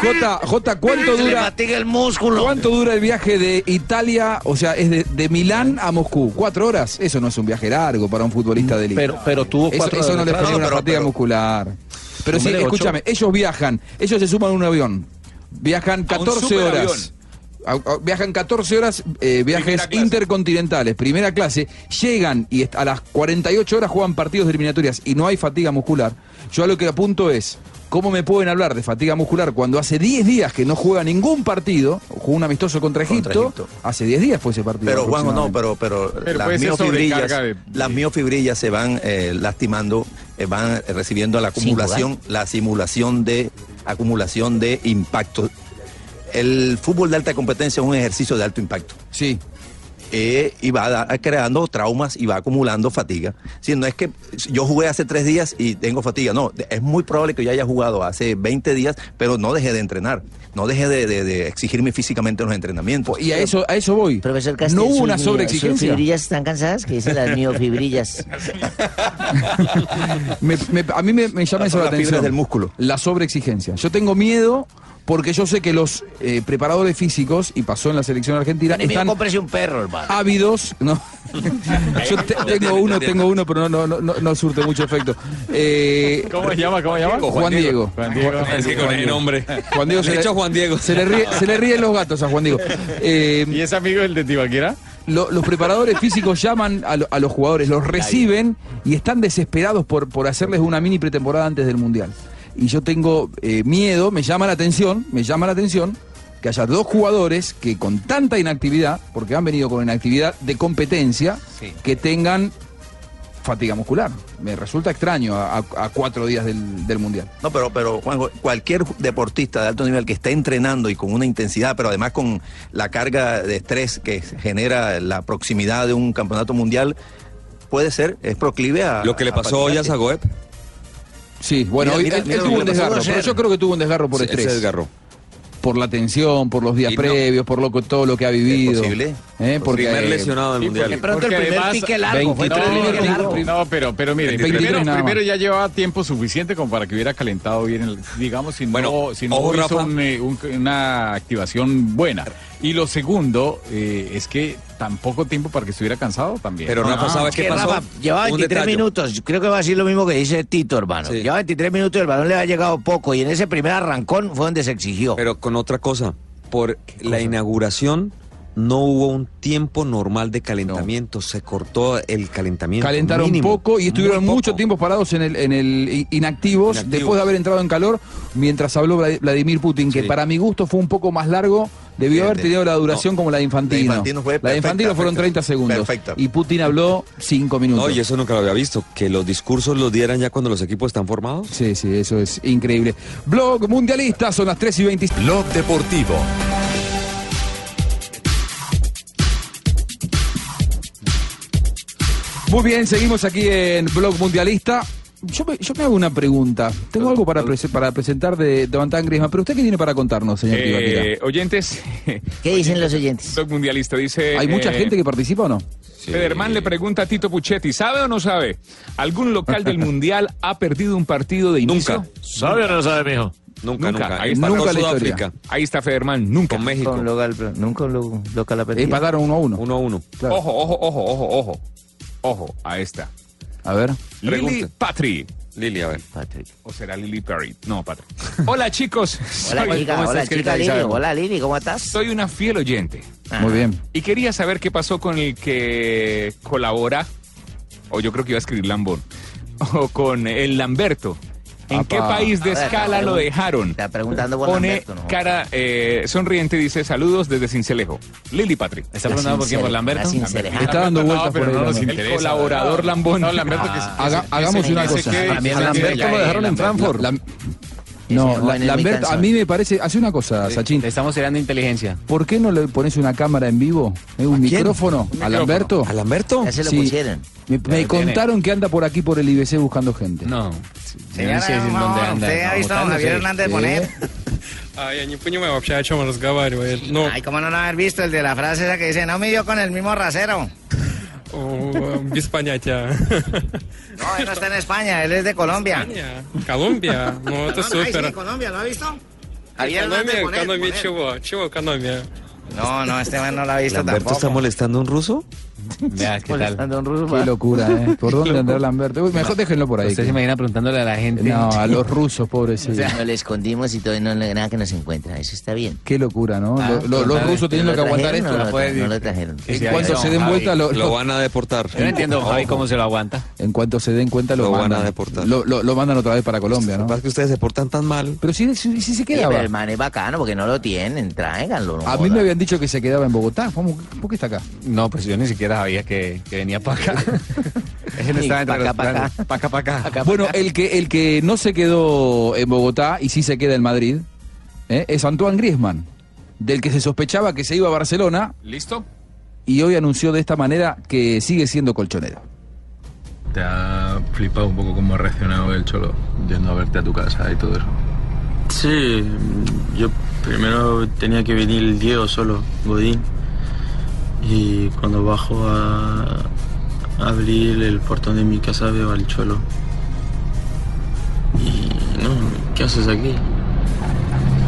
Jota, Jota, ¿cuánto
Se le
dura?
fatiga el músculo.
¿Cuánto dura el viaje de Italia? O sea, es de, de Milán a Moscú. ¿Cuatro horas? Eso no es un viaje largo para un futbolista de liga.
Pero- pero tuvo
Eso-
cuatro
Eso, no
horas
le
atrás.
genera
No,
una
pero-
fatiga
pero-
muscular. Pero sí,
Hombre, ocho.
escúchame, ellos viajan, ellos se suman a un avión. Viajan
A un
14
superavión.
horas. A- a- Viajan 14 horas, eh, viajes intercontinentales, primera clase, llegan y est- a las 48 horas juegan partidos de eliminatorias y no hay fatiga muscular. Yo a lo que apunto es, ¿cómo me pueden hablar de fatiga muscular cuando hace 10 días que no juega ningún partido? Jugó un amistoso contra Egipto, hace 10 días fue ese partido.
Pero Juanjo, no,
aproximadamente.
pero, pero,
Pero puede
las,
ser
miofibrillas,
sobrecarga de-
las miofibrillas se van eh, lastimando, eh, van eh, recibiendo la acumulación, la simulación de acumulación de impacto. El fútbol de alta competencia es un ejercicio de alto impacto. Eh,
Sí.
y va da- creando traumas y va acumulando fatiga. Si no es que yo jugué hace tres días y tengo fatiga, no, de- es muy probable que yo haya jugado hace 20 días, pero no dejé de entrenar, no dejé de, de- de exigirme físicamente en los entrenamientos.
Y a eso, a eso voy.
Profesor Castillo,
No hubo
sus
una
mi-
sobreexigencia.
¿Sus fibrillas están cansadas? Que dicen las miofibrillas.
Me- me- a mí me, me llama
Las-
eso la
las
atención.
fibras del músculo.
La sobreexigencia. Yo tengo miedo porque yo sé que los eh, preparadores físicos, y pasó en la selección argentina,
Ni me
están
cómprese un perro, hermano.
ávidos. No. Yo te- tengo uno, tengo uno, pero no, no, no, no surte mucho efecto. Eh,
¿Cómo se llama? ¿Cómo se llama?
Juan Diego.
Juan Diego.
Juan
Ese con el nombre.
Juan Diego
Le echo a Juan Diego.
Se le, ríe- se le ríen los gatos a Juan Diego. Eh,
¿Y es amigo del de Tibaquira?
Lo- los preparadores físicos llaman a, lo- a los jugadores, los reciben y están desesperados por, por hacerles una mini pretemporada antes del Mundial. Y yo tengo eh, miedo, me llama la atención, me llama la atención que haya dos jugadores que con tanta inactividad, porque han venido con inactividad de competencia, que tengan fatiga muscular. Me resulta extraño a, a- a cuatro días del, del Mundial.
No, pero, pero Juanjo, cualquier deportista de alto nivel que esté entrenando y con una intensidad, pero además con la carga de estrés que genera la proximidad de un campeonato mundial, puede ser, es proclive a...
Lo que le pasó hoy a
fatigarse.
¿eh?
Zagoep.
Sí, Bueno, hoy- él, él tuvo un desgarro, pero yo creo que tuvo un desgarro por
Sí, él se
estrés.
desgarró.
por la tensión, por los días previos, por lo, que- todo lo que ha vivido.
posible.
¿Eh? Porque,
Primer
eh,
lesionado del
sí,
Mundial.
porque-
De pronto el
porque
primer
además-
pique largo, pues, fue
23
el primer
minutos.
pique largo.
No, pero, pero mire,
23
primero,
nada más.
primero ya llevaba tiempo suficiente como para que hubiera calentado bien, el- digamos, si no, si no
ojo,
hizo
Rafa.
un, eh, un- una activación buena. Y lo segundo eh, es que tan poco tiempo para que estuviera cansado también.
No, no, Ah, es que Rafa, lleva 23 minutos. Yo Creo que va a decir lo mismo que dice Tito, hermano. Lleva 23 minutos, el balón le ha llegado poco. Y en ese primer arrancón fue donde se exigió.
Pero con otra cosa, por la inauguración no hubo un tiempo normal de calentamiento, se cortó el calentamiento.
Calentaron
mínimo,
poco y estuvieron
muy
mucho tiempo parados en el, en el i- inactivos,
Inactivos.
después de haber entrado en calor mientras habló Vlad- Vladimir Putin, que
Sí.
para mi gusto fue un poco más largo, debió
Sí,
haber
de-
tenido la duración como la de Infantino.
La de Infantino fue
La de
perfecta,
Infantino fueron
perfecta.
30 segundos
Perfecta.
y Putin habló 5 minutos.
No, y eso nunca lo había visto, que los discursos los dieran ya cuando los equipos están formados.
Sí, sí, eso es increíble. Blog Mundialista, son las 3 y 20. Blog Deportivo. Muy bien, seguimos aquí en Blog Mundialista. Yo me, yo me hago una pregunta. Tengo algo para, prese- para presentar de, de Van Grisman, pero ¿usted qué tiene para contarnos, señor Tibaquira?
Eh, oyentes.
¿Qué dicen los oyentes?
Blog mundialista dice.
¿Hay mucha
eh,
gente que participa o no?
Federman le pregunta a Tito Puchetti, ¿sabe o no sabe? ¿Algún local del Mundial ha perdido un partido de inicio? Nunca.
¿Sabe o no sabe, mijo?
Nunca, nunca. Ahí está
Nunca
Nunca
en la
Sudáfrica. Ahí está Federman, nunca. Con México.
nunca lo, local ha perdido.
Empataron 1 a 1.
1 a 1.
Ojo, ojo, ojo, ojo, ojo. Ojo a esta.
A ver.
Lili Patri.
Lili, a ver.
¿O será Lily Perry? No, Patri. Hola, chicos.
Hola,
Soy-
chica.
¿Cómo estás,
Hola, chica
querida
Lili.
Isabel?
Hola, Lili. ¿Cómo estás? Ah.
Soy una fiel oyente.
Muy bien.
Y quería saber qué pasó con el que colabora, o yo creo que iba a escribir Lambón, o con el Lamberto. ¿En
Apa.
qué
Ah,
país de
Ahora está
escala lo
pregun-
dejaron?
está preguntando por
Pone
Lamberto, ¿no?
cara eh, sonriente y dice saludos desde Cincelejo. Lili Patrick.
¿Está preguntando por quién? ¿Por Lamberto? La Cincelejo.
Lamberto.
Está dando vueltas por ahí, Lamberto.
El colaborador Lambón. Ah.
No, Lamberto que se- que
Haga-
se-
hagamos
que
una
se
cosa.
quede-
También
que se
a
quede
Lamberto
ahí,
lo dejaron en
Lamberto.
Frankfurt.
La-
No,
joven
la-
es muy
Lamberto, a
cansón.
mí me parece, hace una cosa, Sachin.
Le estamos tirando inteligencia.
¿Por qué no le pones una cámara en vivo? ¿Eh? ¿Un micrófono? ¿A Lamberto?
¿A Lamberto?
Ya se lo
Sí.
pusieron.
Me, me
tiene.
contaron que anda por aquí por el IBC buscando gente.
No.
Señora, no, ¿usted ha visto a Javier Hernández poner?
А я не понимаю вообще, о чем он разговаривает. Ну,
Ay, cómo no lo haber visto, el de la frase esa que dice, no me dio con el mismo rasero.
э, без понятия.
No, él no está en España, él es de Colombia.
Колумбия, ну это
Ay, sí,
супер.
Colombia, ¿lo ha visto? Javier Hernández
Экономия,
Bonet,
экономия
Bonet.
чего? Чего экономия?
No, no, Ну, este man no lo ha visto
¿Lamberto está
tampoco.
molestando a un ruso?
Molestando a un ruso,
Qué
va.
locura, ¿eh? ¿Por dónde andará Lamberto? Uy, Mejor déjenlo por ahí.
Usted se
que-
imagina preguntándole a la gente.
No, a los rusos,
O
pobrecitos.
sea, no le escondimos y todavía no le- nada que nos encuentra. Eso está bien.
Qué locura, ¿no? Lo- lo- los rusos
tienen
teniendo que aguantar esto.
No lo, tra- no lo trajeron.
En cuanto se den vuelta, lo, lo-
van a deportar.
Yo no entiendo, Javi, cómo se lo aguanta.
en cuanto se den cuenta, lo,
Lo van a
mandan.
deportar.
Lo, lo- lo mandan otra vez para Colombia, ¿no?
Capaz que ustedes se portan tan mal.
Pero si, si, si se
Oye,
quedaba.
pero el man es bacano porque no lo tienen. Tráiganlo. no
A mí
jodan.
me habían dicho que se quedaba en Bogotá. ¿Cómo- ¿Por qué está acá?
No, pues yo ni siquiera sabía que, que venía para acá.
Sí,
estaba
pa'
entre
acá,
los
pa' acá.
planes. Pa' acá, pa' acá.
Bueno, el que, el que no se quedó en Bogotá y sí se queda en Madrid ¿eh? es Antoine Griezmann, del que se sospechaba que se iba a Barcelona
¿Listo?
y hoy anunció de esta manera que sigue siendo colchonero.
¿Te ha flipado un poco cómo ha reaccionado el Cholo yendo a verte a tu casa y todo eso?
Sí, yo primero tenía que venir el Diego solo, Godín. Y cuando bajo a abrir el portón de mi casa veo al Cholo. Y no, ¿qué haces aquí?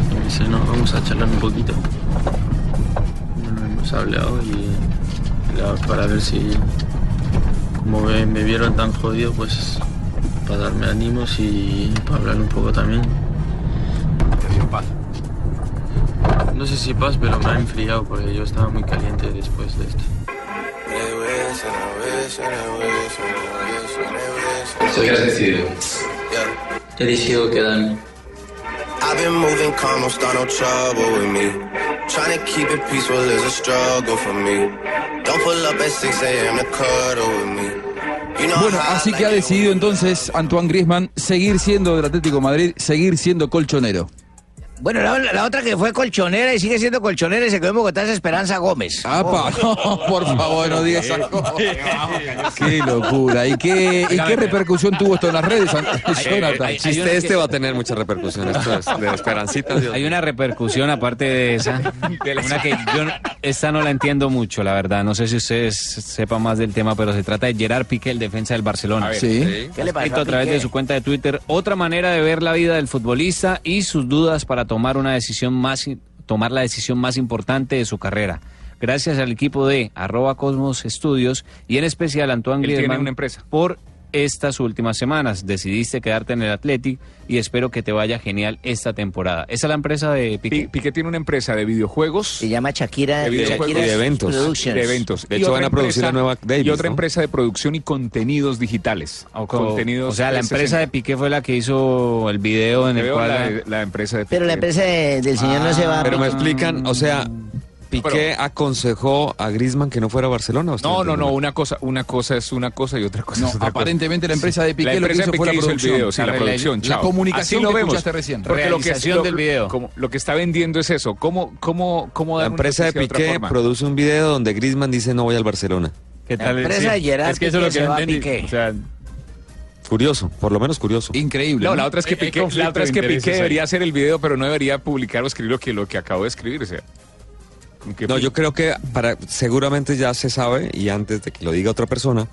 Y me dice, no, vamos a charlar un poquito. No hemos hablado y la- para ver si, como me, me vieron tan jodido, pues para darme ánimos y para hablar un poco también. paz? No sé si paz, pero me ha enfriado porque yo estaba muy caliente después de esto. Soy que has decidido? He decidido quedarme.
I've been moving calm, don't start no trouble with me. Trying to keep it peaceful is a struggle for me. Don't pull up at 6 a.m. to cuddle with me. You know
Bueno,
how I
así que ha decidido entonces Antoine Griezmann seguir siendo del Atlético de Madrid, seguir siendo colchonero.
Bueno, la, la otra que fue colchonera y sigue siendo colchonera y se quedó en Bogotá es Esperanza Gómez.
¡Apa! Ah,
Oh.
No, por favor, no digas esas cosas. Qué locura. ¿Y qué, y qué repercusión tuvo esto en las redes, Jonathan?
El chiste este va a tener mucha repercusión. Esto es de Esperancita. Dios.
Hay una repercusión aparte de esa. Una que yo no- esta no la entiendo mucho, la verdad. No sé si ustedes sepan más del tema, pero se trata de Gerard Piqué, el defensa del Barcelona.
A ver, Sí. sí.
¿Qué le pasó a través de su cuenta de Twitter, otra manera de ver la vida del futbolista y sus dudas para tomar una decisión más i- tomar la decisión más importante de su carrera. Gracias al equipo de arroba Cosmos Estudios y en especial a Antoine
Él tiene
Griezmann
una empresa.
por estas últimas semanas. Decidiste quedarte en el Athletic y espero que te vaya genial esta temporada. Esa es la empresa de Piqué.
Piqué tiene una empresa de videojuegos. Se
llama Shakira.
de, videojuegos
Shakira
y de eventos.
Productions.
De eventos.
De
Y
hecho,
otra
van a producir
empresa-
la nueva Davis,
Y otra
¿no?
empresa de producción y contenidos digitales. O,
o sea, la empresa de Piqué fue la que hizo el video en el
Veo
cual...
la- empresa de
Pero la empresa de- del señor no se va.
Pero me explican, o sea,
Mm.
Piqué aconsejó a Griezmann que no fuera a Barcelona. ¿o estoy
No, no,
entendiendo
no,
mal?
una cosa, una cosa es una cosa y otra cosa es otra cosa.
Aparentemente la empresa de Piqué
la
lo que
empresa
hizo
de
fue la
Piqué hizo el
producción.
Ah,
video, sí, la
La-
producción,
la
chao.
comunicación
Así lo
que
vemos.
escuchaste recién.
Porque lo que-
Realización
lo-
del video.
Como, lo que está vendiendo es eso. ¿Cómo, cómo, cómo
La
dar una
empresa de
noticia otra
Piqué
forma?
produce un video donde Griezmann dice no voy al Barcelona.
¿Qué
La empresa de Gerard Piqué se va a Piqué.
Curioso, por lo menos curioso.
Increíble.
No, Eh, la otra es que
Hay- hay
Piqué,
conflicto
la otra es
de
que
intereses
Piqué
ahí.
debería hacer el video, pero no debería publicar o escribir lo que, lo que acabo de escribir. O sea, como que-
No, yo creo que para seguramente ya se sabe y antes de que lo diga otra persona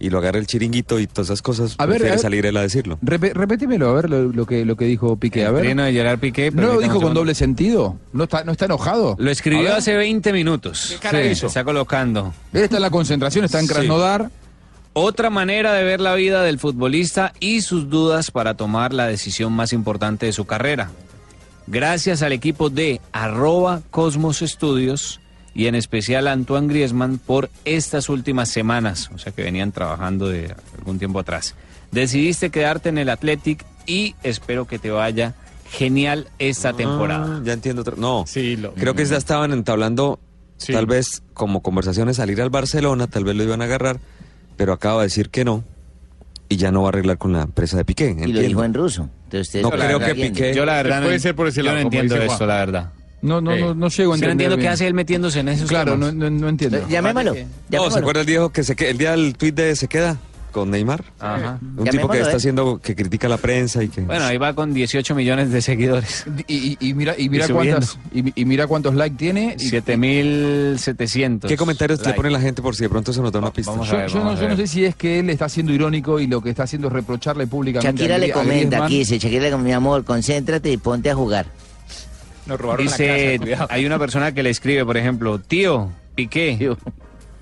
y lo agarre el chiringuito y todas esas cosas,
A ver,
prefiere
a ver.
salir él a decirlo.
Repe- repetímelo, a ver lo, lo que, lo que dijo Piqué. A ver.
Trino de Gerard
¿No
Piqué.
lo
permítame
dijo
un
con
segundo.
doble sentido? ¿No está, no está enojado?
Lo
A
escribió
ver.
hace 20 minutos.
¿Qué cara hizo?
Está colocando.
Él está en la concentración, está en
Sí.
Krasnodar.
Otra manera de ver la vida del futbolista y sus dudas para tomar la decisión más importante de su carrera. Gracias al equipo de arroba Cosmos Estudios y en especial a Antoine Griezmann por estas últimas semanas, o sea que venían trabajando de algún tiempo atrás. Decidiste quedarte en el Athletic y espero que te vaya genial esta temporada.
Ah, Ya entiendo. otra- No, creo que ya estaban entablando, tal vez como conversaciones, salir al Barcelona, tal vez lo iban a agarrar, pero acaba de decir que no y ya no va a arreglar con la empresa de Piqué.
Y lo
entiendo.
dijo en ruso. Entonces ustedes
No
la
creo que
entienden.
Piqué. Yo la verdad no- Puede ser por ese yo lado, no como entiendo dice Juan. esto, la
verdad.
No, no,
Sí.
no, no llego a
Sí, no
entender.
entiendo
bien.
qué hace él metiéndose en esos
Claro, no,
temas.
no, no entiendo.
Llamémoslo.
No, ¿se
Llamémoslo.
acuerda el día que se que- el día del tweet de se queda con Neymar?
Ajá.
Un tipo que
Llamémoslo,
está
¿eh?
haciendo que critica a la prensa y que
Bueno, ahí va con 18 millones de seguidores.
Y, y- y mira, y mira
Y subiendo.
cuántas, y, y mira cuántos likes tiene. y-
7700.
¿Qué comentarios le
likes.
pone la gente por si de pronto se nos da una pista?
vamos a
Yo, yo no, yo no sé si es que él está siendo irónico y lo que está haciendo es reprocharle públicamente.
Shakira
a Gri-
le
a
comenta
Griezmann.
aquí, dice Shakira le comenta, mi amor, concéntrate y ponte a jugar.
Nos
Dice, hay una persona que le escribe, por ejemplo, tío, Piqué,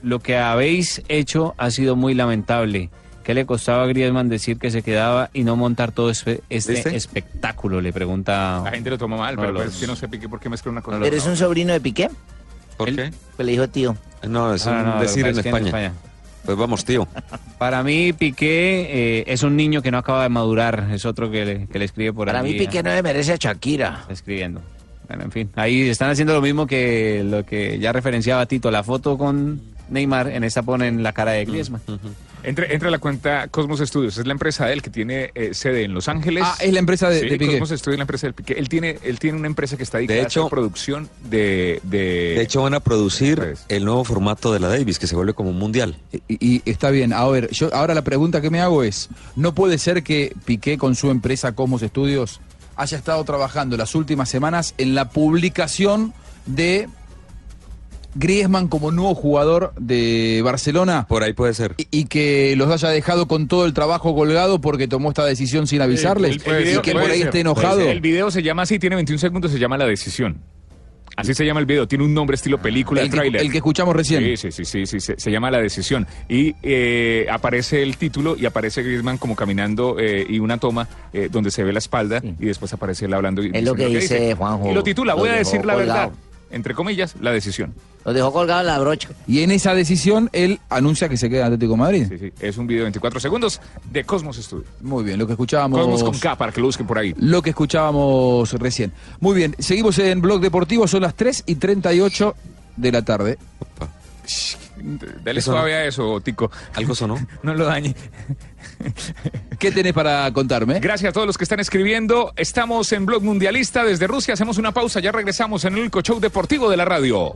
lo que habéis hecho ha sido muy lamentable. ¿Qué le costaba a Griezmann decir que se quedaba y no montar todo este, este
¿Viste?
espectáculo? Le pregunta.
La gente lo toma mal,
No,
pero pues,
los-
es que no sé Piqué por qué mezcla una cosa.
¿Pero es un sobrino de Piqué?
¿Por qué?
Pues le dijo tío.
No, es
No,
un
no, lo
decir
que
en
pasa es que
España. Pues vamos, tío.
Para mí, Piqué eh, es un niño que no acaba de madurar. Es otro que le, que le escribe por
Para
allí,
mí Piqué no le merece a Shakira.
Está escribiendo. Bueno, en fin. Ahí están haciendo lo mismo que lo que ya referenciaba Tito. La foto con Neymar, en esta ponen la cara de Griezmann.
Entra, entra a la cuenta Cosmos Studios, es la empresa de él que tiene eh, sede en Los Ángeles.
Ah, es la empresa de-
Sí,
de Piqué.
Cosmos Studios es la empresa del Piqué. Él tiene, él tiene una empresa que está dedicada
hecho-
a la producción de, de,
De hecho, van a producir el nuevo formato de la Davis, que se vuelve como un mundial.
Y, y está bien. A ver, yo ahora la pregunta que me hago es: ¿no puede ser que Piqué con su empresa Cosmos Studios haya estado trabajando las últimas semanas en la publicación de Griezmann como nuevo jugador de Barcelona?
Por ahí puede ser.
Y, y que los haya dejado con todo el trabajo colgado porque tomó esta decisión sin avisarles.
El- el video-
y que
puede
por ahí
ser,
esté
puede
enojado.
ser. El video se llama así, tiene 21 segundos, se llama La Decisión. Así se llama el video, tiene un nombre estilo película,
El
el
que-
tráiler.
el que escuchamos recién.
Sí, sí, sí, sí, sí, se, se llama La Decisión. Y eh, aparece el título y aparece Griezmann como caminando eh, y una toma eh, donde se ve la espalda y después aparece él hablando. Y
Es lo
diciendo
que dice Juanjo.
Y lo titula,
Lo
voy a
dejó
decir la verdad,
colgado.
entre comillas, La Decisión.
Lo dejó colgado la brocha.
Y en esa decisión él anuncia que se queda en Atlético de Madrid.
Sí, sí, es un video de 24 segundos de Cosmos Studio.
Muy bien, lo que escuchábamos.
Cosmos con K para que lo busquen por ahí.
Lo que escuchábamos recién. Muy bien, seguimos en Blog Deportivo, son las 3 y 38 de la tarde.
Dale suave a eso, Tico.
Algo sonó.
no lo dañe. ¿Qué tenés para contarme?
Gracias a todos los que están escribiendo. Estamos en Blog Mundialista desde Rusia. Hacemos una pausa. Ya regresamos en el Cochow Deportivo de la Radio.